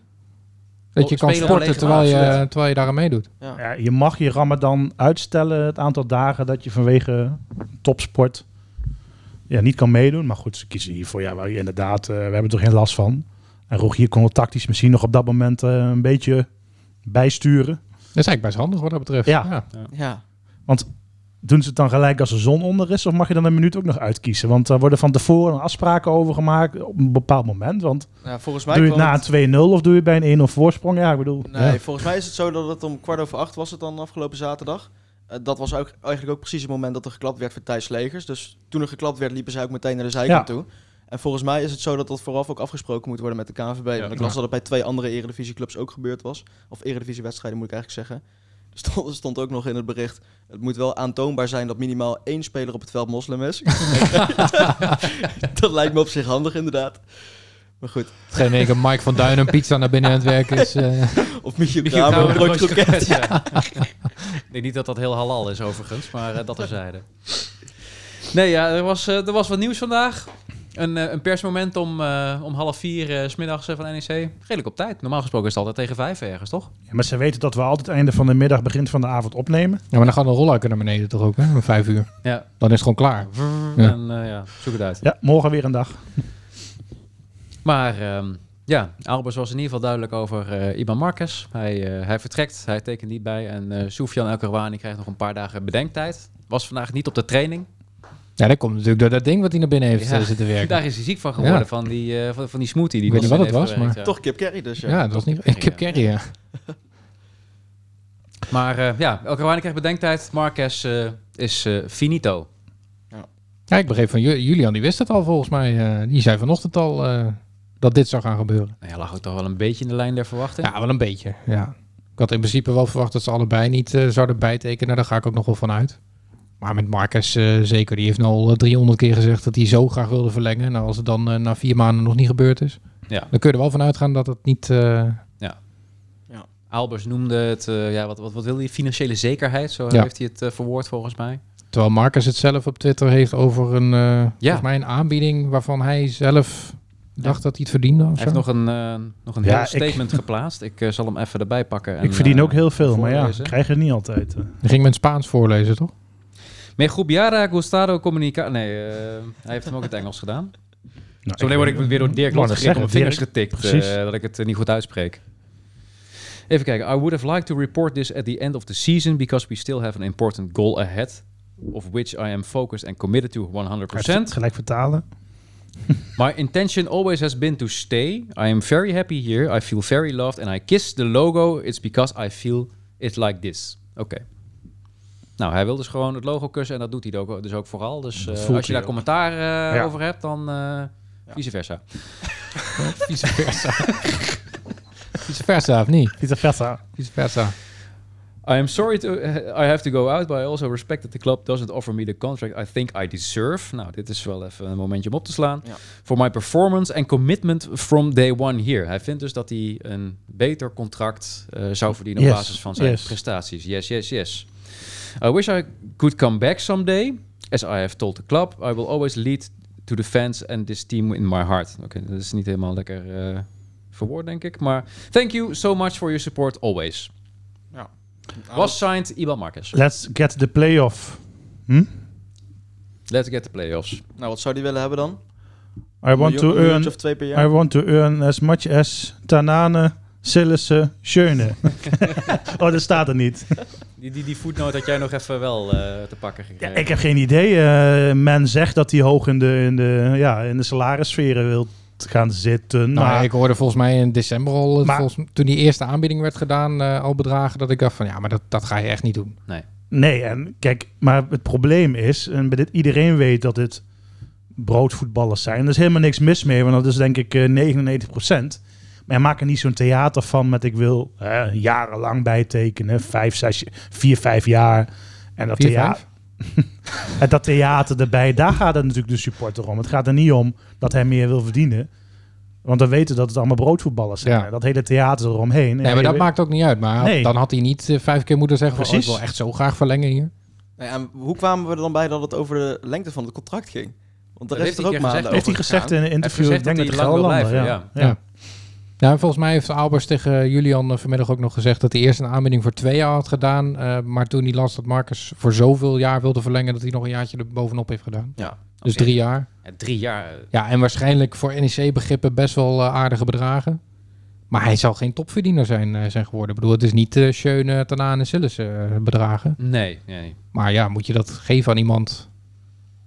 C: Dat
B: Oh,
C: je kan
B: spelen op
C: sporten
B: lege
C: terwijl je,
B: maag,
C: terwijl je daaraan meedoet.
E: Ja.
D: Ja, je mag je ramadan uitstellen het aantal dagen dat je vanwege topsport ja, niet kan meedoen. Maar goed, ze kiezen hiervoor. Ja, waar je inderdaad, eh, we hebben er geen last van. En Rogier kon het tactisch misschien nog op dat moment eh, een beetje bijsturen.
C: Dat is eigenlijk best handig wat dat betreft.
D: Ja.
E: Ja.
D: Doen ze het dan gelijk als de zon onder is? Of mag je dan een minuut ook nog uitkiezen? Want daar worden van tevoren afspraken over gemaakt op een bepaald moment. Want
E: Nou, volgens mij
D: doe je het
E: kwam
D: na
E: het-
D: een 2-0 of doe je het bij een 1-0 voorsprong? Ja, ik bedoel...
E: Nee,
C: Ja.
E: volgens mij is het zo dat het om kwart over acht was het dan afgelopen zaterdag. Eh, dat was ook, eigenlijk ook precies het moment dat er geklapt werd voor Thijs Legers. Dus toen er geklapt werd, liepen zij ook meteen naar de zijkant toe. En volgens mij is het zo dat dat vooraf ook afgesproken moet worden met de KNVB. Want ik las dat het bij twee andere eredivisieclubs ook gebeurd was. Of eredivisiewedstrijden moet ik eigenlijk zeggen. Er stond, er stond ook nog in het bericht... het moet wel aantoonbaar zijn dat minimaal één speler op het veld moslim is. dat lijkt me op zich handig inderdaad. Maar goed,
C: Geen enkele Mike van Duin een pizza naar binnen aan het werk is. eh,
E: of Michiel
B: Michiel
E: Kramer,
B: Kramer,
E: een broodje
B: broodje
E: kroket.
B: kroket, ja. Ik denk niet dat dat heel halal is overigens, maar eh, dat terzijde. Nee, ja, er was, eh, er was wat nieuws vandaag. Een, eh, een persmoment om, eh, om half vier eh, 's middags eh, van NEC. Redelijk op tijd. Normaal gesproken is het altijd tegen vijf ergens, toch?
D: Ja, maar ze weten dat we altijd einde van de middag, begin van de avond opnemen.
C: ja, maar dan gaat een rolluiker naar beneden toch ook, hè? Om vijf uur.
B: Ja.
C: Dan is het gewoon klaar. Ja.
B: En eh, ja, zoek het uit.
D: Ja, morgen weer een dag.
B: Maar ehm, ja, Albers was in ieder geval duidelijk over eh, Iban Marquez. Hij, eh, hij vertrekt, hij tekent niet bij. En eh Soufian El Karouani krijgt nog een paar dagen bedenktijd. Was vandaag niet op de training.
C: Ja, dat komt natuurlijk door dat ding wat hij naar binnen heeft
B: Ja.
C: eh, zitten werken.
B: Daar is hij ziek van geworden,
C: Ja.
B: van, die, eh, van, van die smoothie. Die
C: Ik weet niet
B: hij
C: wat het
B: heeft
C: was,
B: gewerkt,
E: Toch Kip Kerry dus, ja.
C: ja, dat was niet... Ik heb carry, ja.
B: ja. Maar eh, ja, El Karouani krijgt bedenktijd. Marquez eh, is eh, finito.
C: Ja, ik begreep van Ju- Julian, die wist het al volgens mij. eh, die zei vanochtend al eh, dat dit zou gaan gebeuren.
B: Nou ja, lag ook toch wel een beetje in de lijn der verwachting.
C: Ja, wel een beetje. Ja. Ik had in principe wel verwacht dat ze allebei niet eh, zouden bijtekenen. Daar ga ik ook nog wel van uit. Maar met Marcus eh, zeker, die heeft nu al eh, 300 keer gezegd dat hij zo graag wilde verlengen. Nou, als het dan eh, na vier maanden nog niet gebeurd is,
B: Ja.
C: dan kun je er wel van uitgaan dat het niet... eh,
B: Albers noemde het, eh, ja, wat, wat, wat wilde hij? Financiële zekerheid, zo
C: Ja.
B: heeft hij het eh, verwoord volgens mij.
C: terwijl Marcus het zelf op Twitter heeft over een, eh, volgens mij een aanbieding waarvan hij zelf dacht dat hij het verdiende. Of
B: Hij heeft
C: zo.
B: nog een, eh, nog een
D: Ja,
B: heel
D: ik-
B: statement geplaatst. Ik eh, zal hem even erbij pakken. En,
D: ik verdien
B: eh,
D: ook heel veel, maar ja,
B: voorlezen.
D: ik krijg het niet altijd.
B: Nou,
D: eh.
C: Die ging met Spaans voorlezen, toch?
B: Me Gubiara Gustado Comunica... Nee, eh, hij heeft hem ook in het Engels gedaan. Zo meteen word ik weer door Dirk
D: Ik wou net
B: Lotgering op mijn
D: zeggen,
B: vingers getikt.
D: precies.
B: eh, dat ik het eh, niet goed uitspreek. Even kijken. I would have liked to report this at the end of the season... because we still have an important goal ahead... of which I am focused and committed to 100%.
D: Gelijk vertalen.
B: My intention always has been to stay. I am very happy here. I feel very loved. And I kiss the logo. It's because I feel it like this. Oké. Nou, hij wil dus gewoon het logo kussen. En dat doet hij ook- dus ook vooral. Dus eh,
D: voelt
B: als je
D: hij
B: daar
D: ook.
B: commentaar eh,
D: Ja.
B: over hebt, dan eh, vice versa.
C: Vice versa. Vice versa, of niet?
D: Pieter Vetta.
C: Vice versa.
B: I am sorry to, eh, I have to go out, but I also respect that the club doesn't offer me the contract I think I deserve. Nou, dit is wel even een momentje om op te slaan.
E: Ja.
B: For my performance and commitment from day one here. Hij vindt dus dat hij een beter contract eh, zou verdienen op
D: Yes,
B: basis van zijn
D: yes.
B: prestaties. Yes, yes, yes. I wish I could come back someday. As I have told the club, I will always lead to the fans and this team in my heart. Oké, dat is niet helemaal lekker eh, verwoord, denk ik. Maar thank you so much for your support always. Ah, Was signed Iban Marcus.
D: Let's get the playoff. Hm?
B: Let's get the playoffs.
E: Nou, wat zou die willen hebben dan?
D: I want to
C: eh,
D: earn,
E: of twee per jaar.
D: I want to earn as much as Tanane, Sillissen, Schöne. oh, dat staat er niet.
B: Die, die, die footnote had jij nog even wel eh, te pakken
D: Ja,
B: gekregen.
D: ik heb geen idee. Eh, men zegt dat hij hoog in de, in de, ja, in de salarissferen wil gaan zitten.
C: Nou,
D: maar
C: ik hoorde volgens mij in december al, eh,
D: Maar-
C: volgens, toen die eerste aanbieding werd gedaan, eh, al bedragen dat ik dacht van ja, maar dat, dat ga je echt niet doen.
D: Nee, en kijk, maar het probleem is, en bij dit, iedereen weet dat dit broodvoetballers zijn. Er is helemaal niks mis mee, want dat is denk ik eh, 99%. Maar maak er niet zo'n theater van met ik wil hè, jarenlang bijtekenen. Vijf, zes, vier, vijf jaar. En dat,
C: Vier,
D: thea-
C: vijf?
D: en dat theater erbij, daar gaat het natuurlijk de supporter om. Het gaat er niet om dat hij meer wil verdienen. Want we weten dat het allemaal broodvoetballers zijn.
C: Ja.
D: Dat hele theater eromheen.
C: Nee,
D: Ja,
C: maar dat
D: je-
C: maakt ook niet uit. Maar
D: Nee.
C: dan had hij niet eh, vijf keer moeten zeggen... Precies.
D: Precies.
C: ik wil echt zo graag verlengen hier.
E: Nou ja, en hoe kwamen we er dan bij dat het over de lengte van het contract ging? Want
B: Dat heeft
E: daar heeft er
B: hij
E: ook
B: een keer
E: maanden
B: gezegd.
D: Heeft hij gezegd
E: over gegaan.
D: in een interview,
B: Heeft
D: ik
B: gezegd
D: denk
B: dat
D: met
B: hij lang wil
D: Gelderlander. Ja.
B: blijven,
D: Ja.
C: ja. Nou, en volgens mij heeft Albers tegen Julian eh, vanmiddag ook nog gezegd... dat hij eerst een aanbieding voor twee jaar had gedaan. eh, maar toen hij las dat Marcus voor zoveel jaar wilde verlengen... dat hij nog een jaartje er bovenop heeft gedaan.
E: Ja.
C: Dus drie jaar.
B: Ja, drie jaar. eh,
C: Ja, en waarschijnlijk voor NEC-begrippen best wel eh, aardige bedragen. Maar hij zal geen topverdiener zijn, eh, zijn geworden. Ik bedoel, het is niet eh Schöne, Tanaan en Sillissen eh, bedragen.
B: Nee, nee.
C: Maar ja, moet je dat geven aan iemand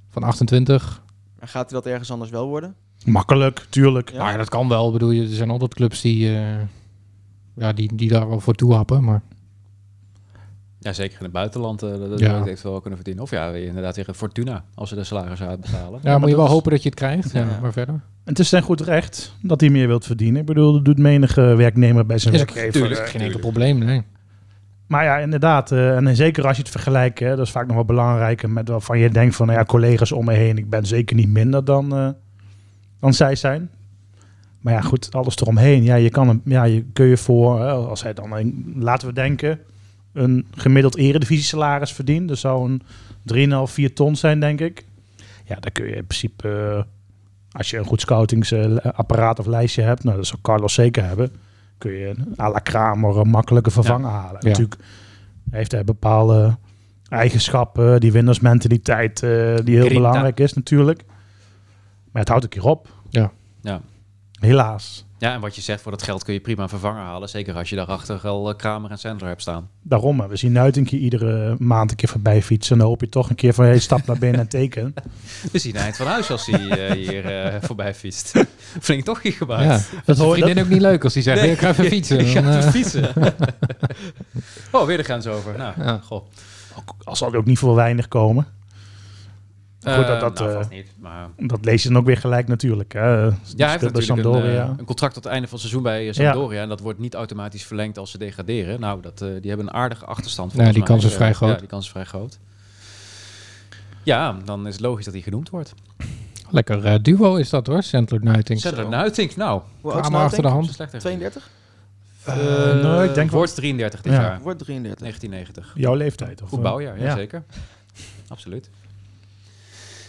C: van 28?
E: En gaat hij dat ergens anders wel worden?
D: Makkelijk, tuurlijk.
E: Ja.
C: Nou ja, dat kan wel. Ik bedoel, je- er zijn altijd clubs die, eh, ja, die, die daar wel voor toehappen. Maar
B: Ja, zeker in het buitenland. eh, dat dat
C: Ja.
B: heeft wel kunnen verdienen. Of ja, inderdaad tegen Fortuna. Als ze de salaris uitbetalen.
C: ja,
D: maar
C: moet je wel
D: dat is-
C: hopen dat je het krijgt. Ja,
E: Ja.
C: Maar verder.
D: En het is zijn goed recht dat hij meer wilt verdienen. Ik bedoel, dat doet menige werknemer bij zijn
C: Is ook
D: werkgever.
C: tuurlijk, geen enkel probleem. Nee.
D: Maar ja, inderdaad. eh, en zeker als je het vergelijkt, hè, dat is vaak nog wel belangrijker met waarvan je denkt van, nou ja, collega's om me heen, ik ben zeker niet minder dan, eh, dan zij zijn. Maar ja, goed, alles eromheen. Ja, je kan hem, ja, je kun je voor, hè, als hij dan, een- laten we denken, een gemiddeld eredivisie salaris verdient. Dat zou een 3,5, 4 ton zijn, denk ik. Ja, dan kun je in principe, eh, als je een goed scoutingsapparaat of lijstje hebt, nou, dat zou Carlos zeker hebben, kun je een à la Kramer een makkelijke vervanger halen.
C: Ja.
D: Natuurlijk heeft hij bepaalde eigenschappen, die winnersmentaliteit, eh, die heel
B: Grinta.
D: belangrijk is natuurlijk. Maar het houdt een keer op.
C: Ja.
B: Ja.
D: Helaas.
B: Ja, en wat je zegt, voor dat geld kun je prima een vervanger halen. Zeker als je daarachter al eh, Kramer en Sandler hebt staan.
D: Daarom, hè. we zien Nuitinkje iedere maand een keer voorbij fietsen. En dan hoop je toch een keer van, hey, stap naar binnen en teken.
B: We zien eind van huis als hij eh, hier eh, voorbij fietst. Flink toch hier
C: Ja.
B: gemaakt.
C: Dat is voor
D: hoor-
C: vriendin ook niet leuk als die zegt,
B: Nee.
C: "Hey, ik ga even fietsen.
B: Ik ga
C: Dan, eh,
B: even fietsen. oh, weer de grens over. Nou,
C: Ja.
B: goh.
D: Al zal er ook niet voor weinig komen. Goed dat
B: Eh,
D: dat,
B: nou,
D: eh,
B: vast niet, maar...
D: Dat lees je dan ook weer gelijk natuurlijk. Hè.
B: Ja, hij heeft
D: Stil bij
B: natuurlijk een,
D: Sampdoria.
B: eh, een contract tot het einde van het seizoen bij eh, Sampdoria. En dat wordt niet automatisch verlengd als ze degraderen. Nou, dat, eh, die hebben een aardige achterstand. volgens
C: die
B: mij.
C: kans is
B: Eh,
C: vrij groot.
B: Ja, die kans is vrij groot. Ja, dan is het logisch dat hij genoemd wordt.
C: Lekker eh, duo is dat hoor, Sandler Nuiting.
B: Sandler Nuitink, nou.
E: Hoe oud is
C: Kamer achter de
E: Nautink?
C: hand.
B: Slechter.
E: 32?
D: Eh, nou, ik denk wel-
B: wordt 33 dit
D: Ja.
B: jaar.
E: Wordt 33.
B: 1990.
D: Jouw leeftijd. Of,
B: Goed
D: eh,
B: bouwjaar, ja, zeker. Absoluut.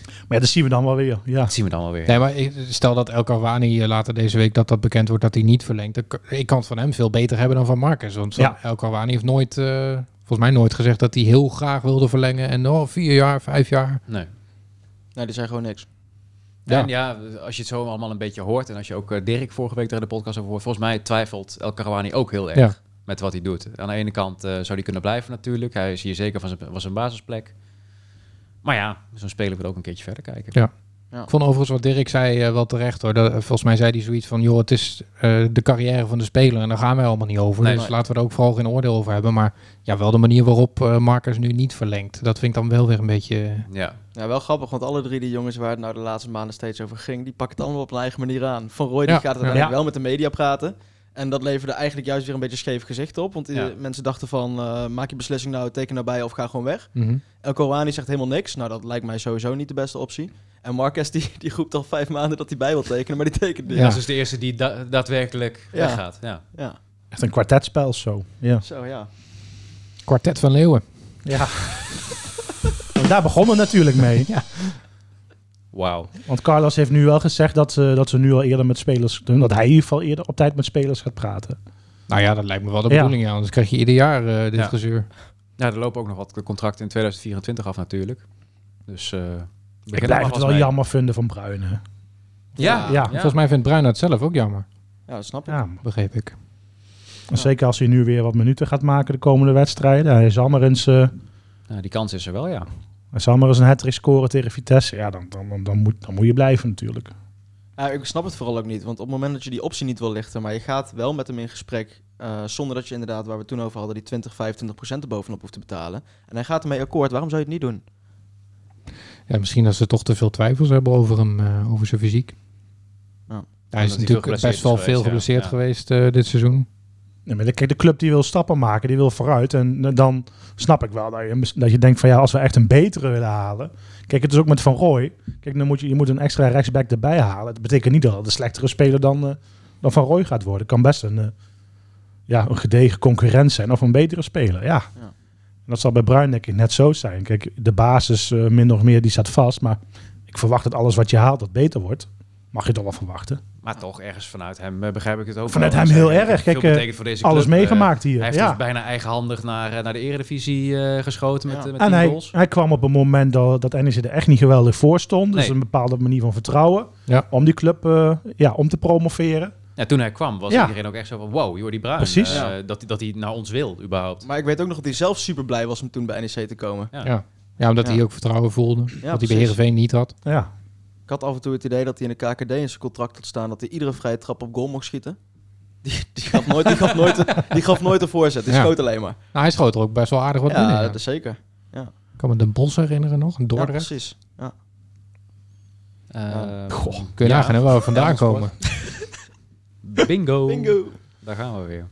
D: Maar ja, dat zien we dan wel weer. Ja.
B: Dat zien we dan alweer.
C: Nee, maar ik- stel dat El Cavani eh, later deze week dat dat bekend wordt dat hij niet verlengt. dan k- Ik kan het van hem veel beter hebben dan van Marcus. Want zo'n
D: Ja.
C: El Cavani heeft nooit, eh, volgens mij nooit gezegd dat hij heel graag wilde verlengen. En oh, vier jaar, vijf jaar.
B: Nee.
E: Nee, Nou, die zijn gewoon niks.
C: Ja.
B: En ja, als je het zo allemaal een beetje hoort... en als je ook eh, Dirk vorige week tegen de podcast over hoort... volgens mij twijfelt El Karawani ook heel erg
C: Ja.
B: met wat hij doet. Aan de ene kant eh, zou hij kunnen blijven natuurlijk. Hij is hier zeker van zijn, van zijn basisplek. Maar ja, zo'n speler wil ook een keertje verder kijken.
C: Ja. Ik vond overigens wat Dirk zei eh, wel terecht hoor. Dat, volgens mij zei hij zoiets van, joh, het is eh, de carrière van de speler en daar gaan wij allemaal niet over.
B: Nee,
C: dus
B: nee.
C: laten we er ook vooral geen oordeel over hebben. Maar ja, wel de manier waarop eh, Marcus nu niet verlengt. Dat vind ik dan wel weer een beetje... eh,
B: Ja.
E: Ja, wel grappig, want alle drie die jongens waar het nou de laatste maanden steeds over ging, die pakken het allemaal op een eigen manier aan. Van Roy die
C: Ja,
E: gaat uiteindelijk
D: ja.
E: wel met de media praten. En dat leverde eigenlijk juist weer een beetje scheef gezicht op. Want eh,
B: Ja.
E: mensen dachten van, eh, maak je beslissing nou, teken daarbij of ga gewoon weg.
C: Mhm.
E: El Kouani zegt helemaal niks. Nou, dat lijkt mij sowieso niet de beste optie. En Marquez die, die roept al vijf maanden dat hij bij wil tekenen, maar die tekent niet.
C: Ja.
B: Dat is dus de eerste die da- daadwerkelijk
E: Ja.
B: weggaat. Ja.
E: Ja,
D: Echt een kwartetspel of zo. Ja.
E: zo ja.
C: Kwartet van Leeuwen.
D: ja. En daar begon het natuurlijk mee.
B: Wauw.
D: Want Carlos heeft nu wel gezegd dat ze, dat ze nu al eerder met spelers doen. Dat hij in ieder geval eerder op tijd met spelers gaat praten.
C: Nou ja, dat lijkt me wel de
D: Ja.
C: bedoeling. Ja. Anders krijg je ieder jaar eh, dit
B: Ja.
C: gezeur.
B: Nou, er lopen ook nog wat contracten in 2024 af natuurlijk. Dus eh, begin
D: Ik
B: er
D: blijf
B: maar
D: het
B: vast
D: wel
B: mee.
D: jammer vinden van Bruinen.
B: Ja,
D: Ja.
C: Volgens mij vindt Bruin het zelf ook jammer,
E: Ja, dat snap ik.
D: Ja, man.
C: begreep ik.
D: En Zeker als hij nu weer wat minuten gaat maken de komende wedstrijden. Hij zal maar eens, eh,
B: Nou, die kans is er wel, ja.
D: hij zal maar eens een hat-trick scoren tegen Vitesse. Ja, dan, dan, dan, dan, moet, dan moet je blijven natuurlijk.
E: Ja, ik snap het vooral ook niet. Want op het moment dat je die optie niet wil lichten, maar je gaat wel met hem in gesprek. eh, zonder dat je inderdaad, waar we het toen over hadden, die 20, 25 procent erbovenop hoeft te betalen. En hij gaat ermee akkoord. Waarom zou je het niet doen?
C: Ja, misschien dat ze toch te veel twijfels hebben over hem, eh, over zijn fysiek. Hij
F: Omdat
C: is
F: hij
C: natuurlijk
F: veel
C: best
F: geblesseerd
C: wel
F: is
C: veel
F: geweest,
C: geblesseerd
F: ja.
C: geweest eh, dit seizoen.
D: Nee, maar de- kijk, de club die wil stappen maken, die wil vooruit. En eh, dan snap ik wel dat je, mis- dat je denkt van ja, als we echt een betere willen halen. Kijk, het is ook met Van Rooij. Kijk, dan moet je, je moet een extra rechtsback erbij halen. Dat betekent niet dat het een slechtere speler dan, eh, dan Van Rooij gaat worden. Het kan best een, eh, ja, een gedegen concurrent zijn of een betere speler. Ja.
E: Ja.
D: En dat zal bij Bruin denk ik net zo zijn. Kijk, de basis eh, min of meer die staat vast. Maar ik verwacht dat alles wat je haalt, dat beter wordt. Mag je toch wel verwachten.
B: Maar toch ergens vanuit hem eh, begrijp ik het ook.
D: Vanuit
B: wel.
D: hem
B: Hij
D: heel
B: heeft
D: erg.
B: veel
D: Kijk, eh,
B: betekend voor deze
D: Alles
B: club. Eh,
D: meegemaakt hier.
B: Hij heeft
D: ja.
B: ons bijna eigenhandig naar, eh, naar de eredivisie eh, geschoten met,
E: Ja.
B: eh, met
D: En
B: die
D: hij,
B: goals.
D: hij kwam op een moment dat, dat NEC er echt niet geweldig voor stond. Dus
B: Nee.
D: een bepaalde manier van vertrouwen
C: Ja.
D: om die club eh, ja, om te promoveren.
B: Ja, toen hij kwam was
D: Ja.
B: iedereen ook echt zo van... Wow, Jordi Bruin.
D: Precies.
B: eh,
E: Ja.
B: dat, dat hij naar ons wil, überhaupt.
E: Maar ik weet ook nog dat hij zelf super blij was om toen bij NEC te komen.
B: Ja.
C: Ja, omdat
E: Ja.
C: hij ook vertrouwen voelde. wat hij bij
E: precies.
C: Heerenveen niet had.
D: Ja.
E: Ik had af en toe het idee dat hij in de KKD in zijn contract had staan dat hij iedere vrije trap op goal mocht schieten. Die, die, gaf, nooit, die, gaf, nooit, die gaf nooit een voorzet, die
C: Ja.
E: schoot alleen maar.
C: Nou, hij schoot er ook best wel aardig wat binnen.
E: ja,
C: ja.
E: dat is zeker.
C: Ik kan me Den Bos herinneren nog, een
E: Ja,
C: Dordrecht.
E: precies. Ja.
B: Eh,
D: Goh.
C: Kun je
B: Ja.
C: nagaan hè, waar we vandaan
E: dat is
C: komen. Oh,
B: Bingo.
E: Bingo.
B: Daar gaan we weer.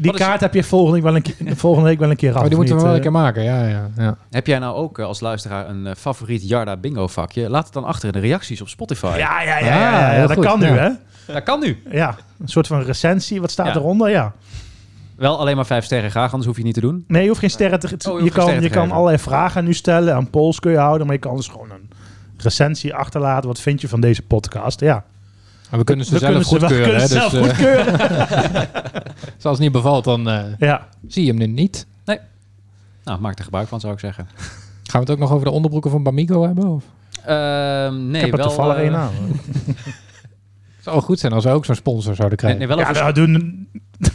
D: Die kaart heb je volgende week wel een, keer- volgende week wel een keer af.
C: Oh, die
D: of
C: moeten we
D: niet?
C: wel een
D: Eh,
C: keer maken, ja. ja, ja.
B: Heb jij nou ook eh, als luisteraar een eh, favoriet Jarda bingo vakje? Laat het dan achter in de reacties op Spotify.
D: Ja, ja, ja, ja, ja,
C: Ah, heel
D: dat
C: goed,
D: kan nu,
C: ja.
D: hè?
B: Dat kan nu.
D: Ja, een soort van recensie. Wat staat
B: Ja.
D: eronder? Ja.
B: Wel alleen maar vijf sterren graag, anders hoef je het niet te doen.
D: Nee, je hoeft geen sterren te...
B: Oh, hoeft
D: je
B: geen
D: kan,
B: sterren
D: je
B: te
D: kan
B: geven.
D: allerlei vragen nu stellen. Aan polls kun je houden. Maar je kan dus gewoon een recensie achterlaten. Wat vind je van deze podcast? Ja.
C: Maar we kunnen ze
D: We
C: zelf
D: kunnen ze wel-
C: goedkeuren.
D: kunnen
C: hè,
D: ze zelf
C: dus, eh,
D: goedkeuren.
C: als het niet bevalt, dan eh,
D: Ja.
C: zie je hem nu niet.
B: Nou, maak er gebruik van, zou ik zeggen.
C: Gaan we het ook nog over de onderbroeken van Bamigo hebben? Of?
B: Ehm, nee,
D: Ik heb er
B: wel,
D: toevallig
B: eh,
D: één aan.
C: Het zou goed zijn als we ook zo'n sponsor zouden
B: Nee,
C: krijgen.
B: nee, wel,
D: Ja,
B: over,
D: nou, doen, We
B: wel,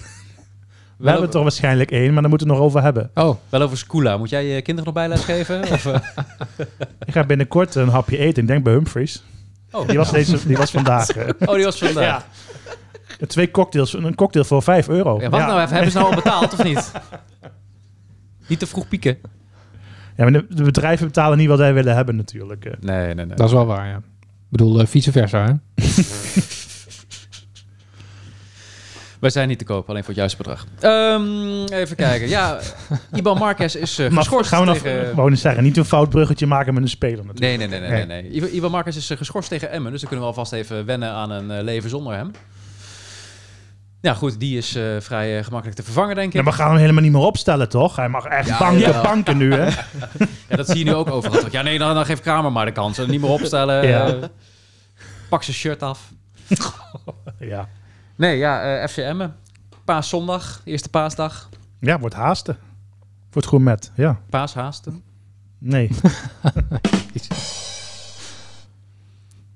D: hebben het
B: over,
D: er waarschijnlijk één, maar daar moeten we het nog over hebben.
C: Oh,
B: wel over Skoola. Moet jij je kinderen nog bijles geven? Of, eh?
D: Ik ga binnenkort een hapje eten. Ik denk bij Humphries.
B: oh,
D: Die was, deze, die was vandaag. eh,
B: oh, die was vandaag.
D: Ja. Twee cocktails. Een cocktail voor 5 euro.
B: Ja, wacht nou even, hebben ze nou al betaald of niet? Niet te vroeg pieken.
D: Ja, maar de, de bedrijven betalen niet wat wij willen hebben natuurlijk. eh.
B: Nee, nee, nee.
C: dat is wel waar, ja. Ik bedoel, eh, vice versa, hè?
B: Wij zijn niet te koop, alleen voor het juiste bedrag. Ehm, even kijken. Ja, Iban Marquez is eh,
D: Maar
B: geschorst
D: gaan we nog
B: tegen...
D: gewoon eens zeggen. Niet een fout bruggetje maken met een speler natuurlijk.
B: Nee, nee, nee, nee, nee. nee. Ivo- Ivan Marcus is eh, geschorst tegen Emmen, dus dan kunnen we alvast even wennen aan een eh, leven zonder hem. Ja, goed, die is eh, vrij eh, gemakkelijk te vervangen, denk ik.
D: Ja, maar we gaan hem helemaal niet meer opstellen, toch? Hij mag echt
B: Ja,
D: banken,
B: jawel.
D: banken nu, hè?
B: Ja, dat zie je nu ook overal. toch? Ja, nee, dan, dan geeft Kramer maar de kans. En niet meer opstellen.
D: Ja.
B: eh, pak zijn shirt af.
D: Ja,
B: Nee, ja, eh FC Emmen. Paaszondag, eerste paasdag.
D: ja wordt haasten. Wordt goed met, ja.
B: Paashaasten.
D: Nee.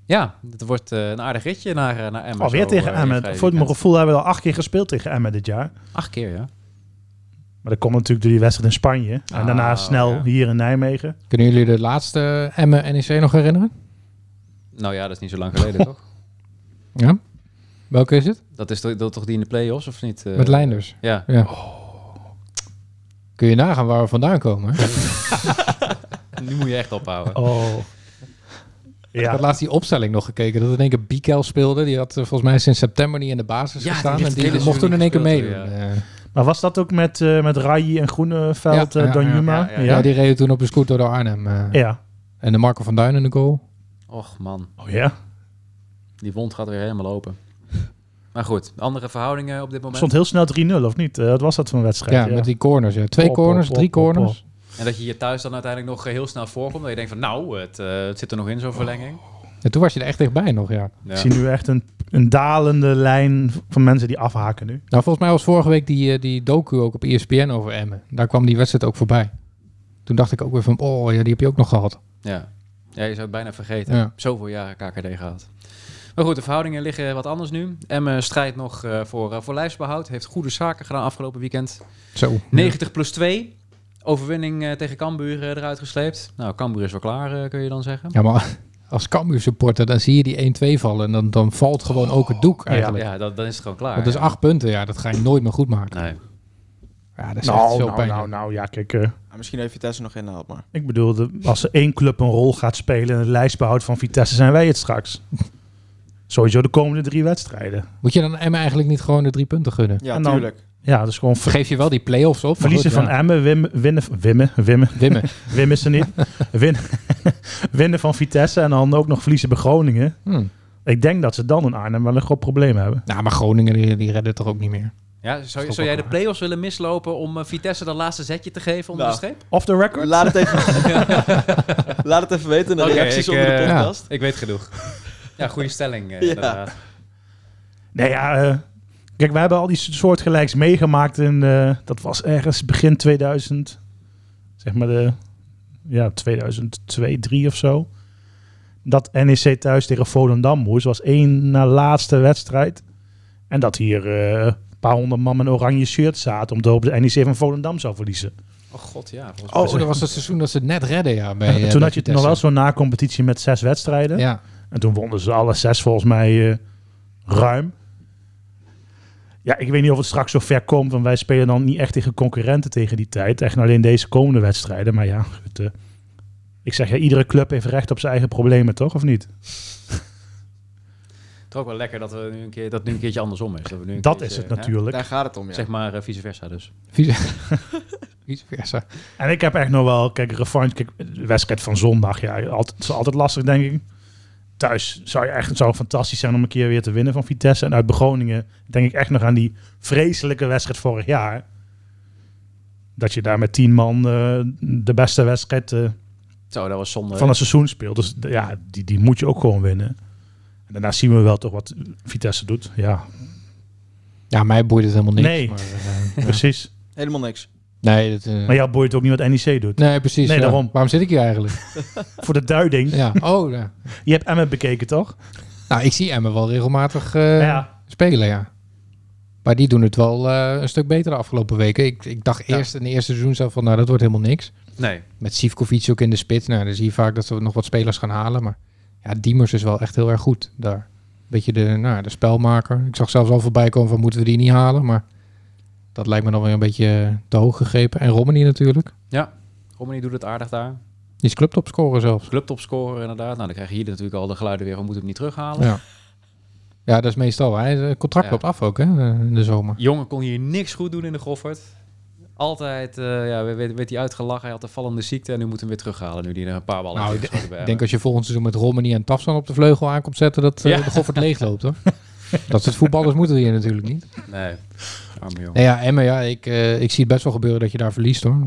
B: Ja, het wordt eh, een aardig ritje naar, eh, naar Emmen.
D: Alweer
B: zo,
D: tegen
B: eh, in
D: Emmen.
B: het
D: Voor mijn
B: weekend.
D: gevoel hebben we al acht keer gespeeld tegen Emmen dit jaar.
B: Acht keer, ja.
D: Maar dat komt natuurlijk door die wedstrijd in Spanje. En
B: Ah,
D: daarna snel
B: ja.
D: hier in Nijmegen.
C: Kunnen jullie de laatste Emmen NEC nog herinneren?
B: Nou ja, dat is niet zo lang geleden, toch?
C: Ja? Welke is het?
B: Dat is toch, dat toch die in de play-offs, of niet? eh?
C: Met Leinders.
B: Ja.
C: Ja. Kun je nagaan waar we vandaan komen? hè?
B: Nu moet je echt ophouden.
D: Oh.
C: Ik had
D: Ja,
C: laatst die opstelling nog gekeken. Dat in één keer Bikel speelde. Die had eh, volgens mij sinds september niet in de basis
B: Ja, die
C: gestaan.
B: heeft
C: En
B: het
C: die
B: hele
C: mocht toen in één keer
B: seizoen
C: meedoen.
B: gespeeld,
C: Eh,
D: maar was dat ook met, eh met Rai en Groeneveld,
C: Ja,
D: eh
C: ja,
D: Donjuma?
B: ja,
D: Ja,
B: ja,
C: Ja, die reden toen op de scooter door Arnhem. eh.
D: Ja.
C: En de Marco van Duin in de goal.
B: Och man,
D: Oh ja,
B: die wond gaat weer helemaal open. Maar goed, andere verhoudingen op dit moment.
D: stond heel snel 3-0 of niet? Eh, wat was dat voor een
C: Ja,
D: wedstrijd?
C: met die corners. Ja. Twee
D: Pop, pop,
C: corners,
D: pop,
C: drie
D: pop, pop.
C: corners.
B: En dat je hier thuis dan uiteindelijk nog eh, heel snel voorkomt. Dat je denkt van nou, het, eh, het zit er nog in zo'n verlenging.
C: En toen was je er echt dichtbij nog, ja.
B: Ja.
D: Ik zie nu echt een, een dalende lijn van mensen die afhaken nu.
C: Nou, volgens mij was vorige week die, eh, die docu ook op ESPN over Emmen. Daar kwam die wedstrijd ook voorbij. Toen dacht ik ook weer van, oh ja, die heb je ook nog gehad.
B: Ja. ja, je zou het bijna vergeten.
C: Ja.
B: Zoveel jaren KKD gehad. Maar goed, de verhoudingen liggen wat anders nu. Emmen strijdt nog eh, voor, eh, voor lijfsbehoud. Heeft goede zaken gedaan afgelopen weekend.
C: Zo.
B: 90 plus 2. Overwinning eh, tegen Cambuur eh, eruit gesleept. Nou, Cambuur is wel klaar, eh, kun je dan zeggen.
C: Ja, maar als Cambuur supporter, dan zie je die 1-2 vallen. En dan, dan valt gewoon ook het doek eigenlijk.
B: Ja, dat, dan is het gewoon klaar.
C: Dat is
B: ja.
C: acht punten, ja. Dat ga je nooit meer goed maken.
B: Nee.
C: Ja, dat is echt
D: Nou,
C: zo
D: nou,
C: pijnlijk.
D: nou, nou, ja, kijk. eh,
E: Maar misschien heeft Vitesse nog inhaald, maar...
D: Ik bedoel, de- als er één club een rol gaat spelen in het lijstbehoud van Vitesse, zijn wij het straks. Sowieso de komende drie wedstrijden.
C: Moet je dan Emmen eigenlijk niet gewoon de drie punten gunnen?
E: Ja,
D: En dan-
E: tuurlijk.
D: Ja, dus gewoon ver-
C: Geef je wel die play-offs op. maar
D: verliezen
C: goed,
D: van Emmen, wim- winnen, wimmen, wimmen,
C: ja. Wimmen.
D: wimmen is er niet. Win- winnen van Vitesse en dan ook nog verliezen bij Groningen.
C: Hm.
D: Ik denk dat ze dan in Arnhem wel een groot probleem hebben.
C: Nou, maar Groningen die, die redden het toch ook niet meer.
B: Ja, zou,
C: ook
B: zou jij
C: wel
B: de
C: waar.
B: play-offs willen mislopen om eh, Vitesse dat laatste zetje te geven onder
E: Nou.
B: de streep?
D: Off the record?
E: Laat het even, Laat het even weten in de
B: Oké,
E: reacties
B: ik,
E: onder de
B: eh,
E: podcast.
B: Ik weet genoeg. Ja, goede stelling eh,
E: Ja.
B: inderdaad.
D: Nee, ja. eh, kijk, we hebben al die soortgelijks meegemaakt. In, eh, dat was ergens begin 2000. Zeg maar de, ja, 2002, 3 of zo. Dat NEC thuis tegen Volendam moest. was één na laatste wedstrijd. En dat hier eh, een paar honderd man met een oranje shirt zaten. om te hopen dat NEC van Volendam zou verliezen.
B: Oh god, ja. volgens mij
C: Oh, dat was het seizoen dat ze het net redden, ja. Bij, eh,
D: toen
C: bij
D: had je
C: Vitesse.
D: nog wel zo'n na-competitie met zes wedstrijden.
C: Ja.
D: En toen wonnen ze alle zes volgens mij eh, ruim. Ja, ik weet niet of het straks zo ver komt, want wij spelen dan niet echt tegen concurrenten tegen die tijd. Echt alleen deze komende wedstrijden. Maar ja, goed, eh, ik zeg ja, iedere club heeft recht op zijn eigen problemen, toch? Of niet?
B: Het is ook wel lekker dat, we nu een keer, dat nu een keertje andersom is. Dat, we nu een
D: Dat
B: keertje,
D: is
B: eh,
D: het
B: hè,
D: natuurlijk.
E: Daar gaat het om, ja.
B: Zeg maar eh, vice versa dus.
C: Vice vice versa.
D: En ik heb echt nog wel, kijk, revanche, kijk, de wedstrijd van zondag, ja, altijd, is altijd lastig, denk ik. Thuis zou je echt, zou fantastisch zijn om een keer weer te winnen van Vitesse. En uit Groningen denk ik echt nog aan die vreselijke wedstrijd vorig jaar. Dat je daar met tien man eh, de beste wedstrijd eh,
B: Zo, dat was zonde.
D: van het seizoen speelt. Dus d- ja, die, die moet je ook gewoon winnen. En daarna zien we wel toch wat Vitesse doet. Ja,
C: Ja, mij boeit het helemaal niks.
D: Nee.
C: maar, eh, ja.
D: precies.
E: Helemaal niks.
C: Nee, dat, eh,
D: Maar jou boeit ook niet wat NEC doet.
C: nee, precies.
D: Nee,
C: ja.
D: daarom.
C: Waarom zit ik hier eigenlijk?
D: Voor de duiding.
C: ja. Oh, ja.
D: Je hebt Emmet bekeken, toch?
C: Nou, ik zie Emmen wel regelmatig eh,
D: Ja.
C: spelen, ja. Maar die doen het wel eh, een stuk beter de afgelopen weken. Ik, ik dacht eerst in de eerste seizoen zelf van, nou, dat wordt helemaal niks.
B: Nee.
C: Met Sivkovic ook in de spits. Nou, dan zie je vaak dat ze nog wat spelers gaan halen. Maar ja, Diemers is wel echt heel erg goed daar. Beetje de, nou, de spelmaker. Ik zag zelfs al voorbij komen van, moeten we die niet halen? Maar dat lijkt me dan weer een beetje eh, te hoog gegrepen. En Romani natuurlijk.
B: Romani doet het aardig daar.
C: Die is clubtopscorer zelfs.
B: Clubtopscorer inderdaad. Nou, dan krijg je hier natuurlijk al de geluiden weer. We moeten hem niet terughalen.
C: Ja. ja, dat is meestal. Hij contract
B: Ja.
C: loopt af ook hè, eh, in de zomer.
B: Jongen kon hier niks goed doen in de Goffert. Altijd eh, ja, werd, werd hij uitgelachen. Hij had een vallende ziekte. En nu moeten we hem weer terughalen. Nu die er een paar ballen
C: Nou,
B: nou,
C: ik Ik denk als je volgend seizoen met Romani en Tafsan op de vleugel aankomt zetten, dat eh,
B: Ja.
C: de Goffert leegloopt hoor. Dat soort voetballers moeten hier natuurlijk niet.
B: Nee. Arme jongen.
C: Nee, ja, Emma, ja, ik, eh, ik zie het best wel gebeuren dat je daar verliest hoor.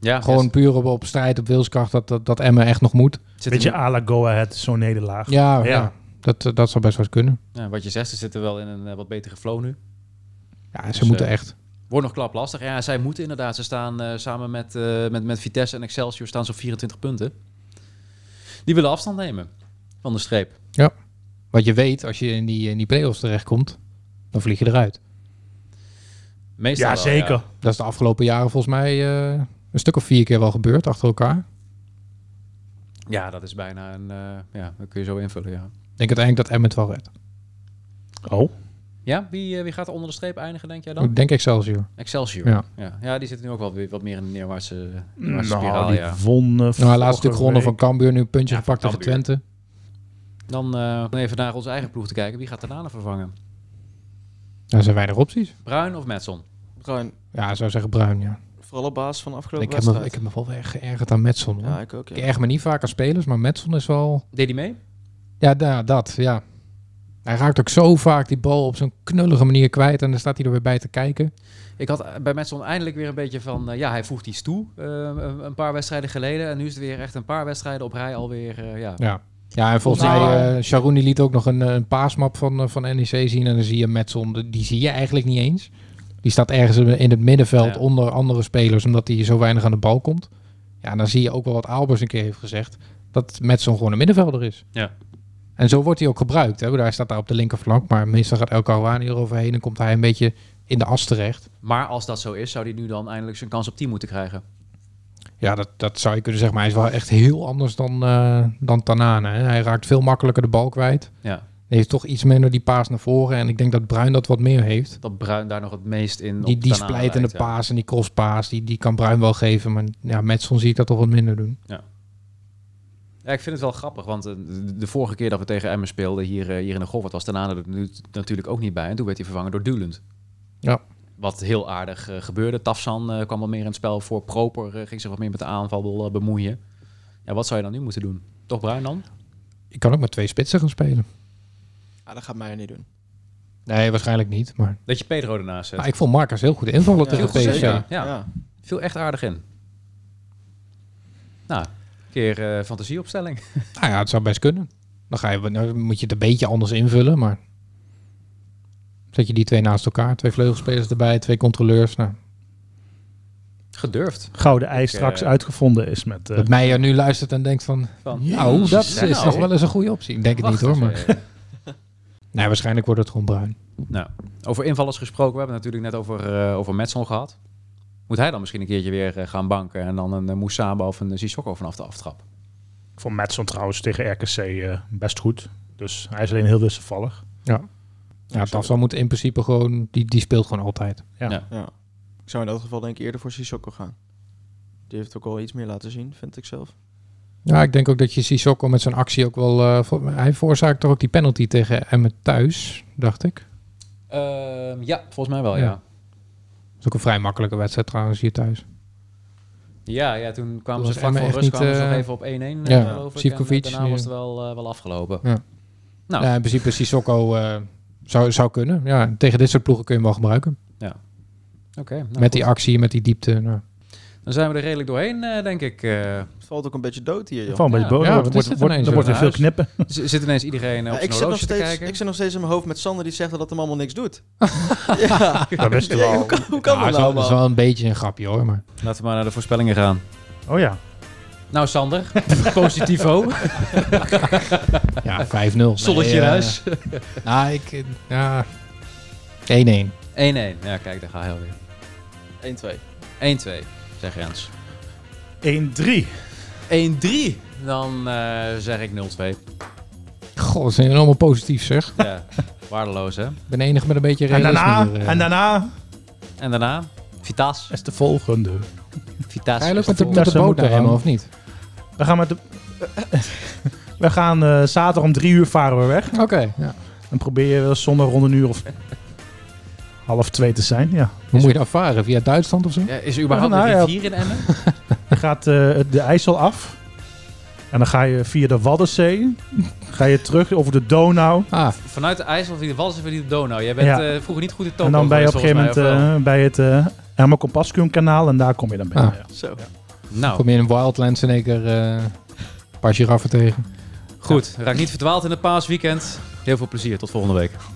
B: Ja,
C: Gewoon puur op, op strijd, op wilskracht, dat, dat, dat Emma echt nog moet.
B: ja, zit er
D: Beetje à la Go Ahead, zo'n nederlaag.
C: Ja, ja.
D: Ja.
C: dat, eh, dat zou best wel eens kunnen.
B: Ja, wat je zegt, ze zitten wel in een eh, wat betere flow nu.
C: Ja, ze
B: Dus,
C: moeten
B: eh,
C: echt.
B: Wordt nog klap lastig. Ja, zij moeten inderdaad. Ze staan eh, samen met, eh, met, met Vitesse en Excelsior staan ze op 24 punten. Die willen afstand nemen van de streep.
C: Want je weet, als je in die, in die play-offs terechtkomt, dan vlieg je eruit.
B: Meestal
D: Ja,
B: wel,
D: zeker.
B: ja.
C: Dat is de afgelopen jaren volgens mij eh, een stuk of vier keer wel gebeurd achter elkaar.
B: Ja, dat is bijna een... eh, ja, dat kun je zo invullen, ja.
C: Ik denk uiteindelijk dat Emma het wel redt.
D: Oh.
B: Ja, wie, eh, wie gaat er onder de streep eindigen, denk jij dan?
C: Ik denk Excelsior.
B: Excelsior.
C: Ja.
B: Ja, ja. die zit nu ook wel weer wat meer in een neerwaartse,
D: Nou,
B: neerwaartse spiraal,
D: die
B: ja.
D: won... eh,
C: Nou,
D: vorige
C: laatst stuk gewonnen van
D: week.
C: Cambuur, nu een puntje
B: Ja,
C: gepakt tegen
B: Cambuur.
C: Twente.
B: Dan eh, even naar onze eigen ploeg te kijken. Wie gaat Tanane vervangen?
C: Daar zijn weinig opties.
B: Bruin of Metson?
E: Bruin,
C: Ja, zou zeggen Bruin, ja.
E: vooral op basis van de afgelopen
C: Ik heb, me,
E: wedstrijd.
C: ik heb me wel weer geërgerd aan Metson. hoor.
E: ja, ik ook,
C: Ik
E: ja.
C: erger me niet vaak aan spelers, maar Metson is wel...
B: Deed hij mee?
C: Ja, da- dat, ja. Hij raakt ook zo vaak die bal op zo'n knullige manier kwijt en dan staat hij er weer bij te kijken.
B: Ik had eh, bij Metson eindelijk weer een beetje van... eh, ja, hij voegt iets toe eh, een, een paar wedstrijden geleden. En nu is het weer echt een paar wedstrijden op rij alweer... eh, ja.
C: Ja. Ja, en volgens
D: Nou.
C: mij, eh Sharoun die liet ook nog een, eh, een paasmap van, eh, van NEC zien. En dan zie je Metson, de- die zie je eigenlijk niet eens. Die staat ergens in het middenveld
B: Ja.
C: onder andere spelers, omdat hij zo weinig aan de bal komt. Ja, en dan zie je ook wel wat Albers een keer heeft gezegd, dat Metson gewoon een middenvelder is.
B: Ja.
C: En zo wordt hij ook gebruikt. Hè? Hij staat daar op de linkerflank, maar meestal gaat El Karouani eroverheen en komt hij een beetje in de as terecht.
B: Maar als dat zo is, zou hij nu dan eindelijk zijn kans op 10 moeten krijgen.
C: Ja, dat, dat zou je kunnen zeggen, maar hij is wel echt heel anders dan, eh dan Tanane. Hè? Hij raakt veel makkelijker de bal kwijt.
B: Ja.
C: heeft toch iets minder die paas naar voren. En ik denk dat Bruin dat wat meer heeft.
B: Dat Bruin daar nog het meest in
C: Die,
B: op
C: die
B: daarna
C: splijt en de
B: lijkt, ja.
C: paas en die crosspaas, die, die kan Bruin wel geven. Maar ja, Metson zie ik dat toch wat minder doen.
B: Ja, ik vind het wel grappig, want eh, de- de vorige keer dat we tegen Emmen speelden hier, eh, hier in de Goffert was Tanane er nu t- natuurlijk ook niet bij. En toen werd hij vervangen door Dulend.
C: Ja.
B: Wat heel aardig eh, gebeurde. Tafsan eh, kwam wat meer in het spel voor. Proper eh, ging zich wat meer met de aanval eh, bemoeien. Ja, wat zou je dan nu moeten doen? Toch Bruin dan?
C: Ik kan ook met twee spitsen gaan spelen.
E: Ah, dat gaat mij niet doen.
C: Nee, waarschijnlijk niet. Maar,
B: Dat je Pedro ernaast zet.
C: maar ik vond Marcus heel goed invallen
E: Ja,
C: tegen
B: heel goed,
C: PSV.
B: zeker.
C: Ja.
B: Ja. Viel echt aardig in. Nou, een keer eh, fantasieopstelling.
C: Nou ja, het zou best kunnen. Dan, ga je, nou, dan moet je het een beetje anders invullen, maar... Zet je die twee naast elkaar. Twee vleugelspelers erbij, twee controleurs. Nou,
B: Gedurfd.
D: Gouden ei
B: Ik,
D: straks
B: eh,
D: uitgevonden is met... eh,
C: Dat Meijer nu luistert en denkt van...
B: Van,
C: Nou, dat
B: nou,
C: is nog wel eens een goede optie. Ik denk het niet
B: wacht
C: hoor, maar...
B: even.
C: Nee, waarschijnlijk wordt het gewoon bruin.
B: Nou, over invallers gesproken. We hebben het natuurlijk net over, eh over Metson gehad. Moet hij dan misschien een keertje weer eh, gaan banken en dan een eh, Moussaba of een Sissoko vanaf de aftrap?
D: Ik vond Madsen trouwens tegen RKC eh, best goed. Dus hij is alleen heel wisselvallig.
C: Ja, Tafsan moet in principe gewoon... Die, die speelt gewoon altijd.
E: Ja. Ik zou in dat geval denk ik eerder voor Sissoko gaan. Die heeft ook al iets meer laten zien, vind ik zelf.
C: Ja, ik denk ook dat je Sissoko met zijn actie ook wel... eh, voor- hij veroorzaakt toch ook die penalty tegen Emmet thuis, dacht ik.
B: Ehm, ja, volgens mij wel,
C: ja.
B: ja.
C: Dat is ook een vrij makkelijke wedstrijd trouwens hier thuis.
B: Ja, ja, toen kwamen
C: Dat
B: ze
C: was
B: vlak
C: Emmen
B: voor
C: echt
B: rust kwamen
C: niet,
B: ze nog
C: eh,
B: even op 1-1, eh,
C: ja,
B: geloof ik.
C: Sivkovic,
B: En, eh, daarna was het
C: ja.
B: wel, eh, wel afgelopen.
C: Ja.
B: Nou.
C: Ja, in principe Sissoko eh, zou, zou kunnen. Ja, tegen dit soort ploegen kun je hem wel gebruiken.
B: Oké, nou
C: met
B: goed.
C: die actie, met die diepte. Nou.
B: dan zijn we er redelijk doorheen, eh, denk ik. Eh,
E: Het valt ook een beetje dood hier, joh.
D: Van
B: Ja.
D: beetje boven.
C: Ja,
D: Dan
C: wat is
D: wordt-
C: dit
D: wordt-
C: ineens
D: dan wordt weer
B: weer?
D: veel knippen.
B: z- zit ineens iedereen eh,
E: Ja,
B: op
E: ik,
B: zijn
E: zit nog
B: horloge te
E: steeds,
B: kijken?
E: ik zit nog steeds in mijn hoofd met Sander die zegt dat het hem allemaal niks doet. ja.
D: Dat wist je
E: Hoe
D: wel.
E: kan, hoe kan
C: Ja,
E: dat
C: is wel-
E: nou,
C: dat is
E: man?
C: wel een beetje een grapje hoor. Maar
B: Laten we maar naar de voorspellingen gaan.
D: Oh ja.
B: Nou, Sander, positivo.
C: ja, 5-0.
B: Zonnetje
C: Nee,
B: in
C: eh,
B: huis. 1-1.
C: nou, ik... eh, Ja, 1-1.
B: Ja, kijk, daar ga heel weer.
E: 1-2.
B: 1-2, zeg Jens.
D: 1-3.
B: 1-3. Dan eh, zeg ik 0-2.
C: God, ze zijn allemaal positief zeg.
B: Ja, waardeloos hè.
C: Ik ben enig met een beetje
D: En
C: realisme
D: daarna,
C: hier, eh.
D: en daarna
B: En daarna, Vitas.
D: is de volgende.
B: Vitas.
C: Ga je ook
B: is
C: met de,
B: de
C: met de
D: Daar
C: boot
D: moeten
C: naar
D: we
C: Emmen
D: aan.
C: of niet?
D: We gaan met de... We gaan eh, zaterdag om drie uur varen we weg.
C: Oké. ja.
D: En probeer je wel zondag rond een uur of half twee te zijn. Ja.
C: Hoe moet je dat varen? Via Duitsland of zo?
B: Ja, is er überhaupt
D: Nou,
B: een
D: ja.
B: rivier in Emmen?
D: Je gaat eh, de IJssel af. En dan ga je via de Waddenzee. Ga je terug over de Donau.
C: Ah,
B: Vanuit de IJssel via de Wals en via de Donau. Jij bent
D: Ja.
B: eh, vroeger niet goed in topo
D: en dan ben je op een
B: geweest,
D: gegeven moment
B: volgens mij,
D: eh, bij het eh Herman Compascum kanaal. En daar kom je dan binnen.
C: Ah.
D: ja.
E: Zo.
B: of
D: eh,
B: wel? Nou,
C: kom je in Wildlands in één keer eh, een paar giraffen tegen.
B: goed. Raak niet verdwaald in het paasweekend. Heel veel plezier. Tot volgende week.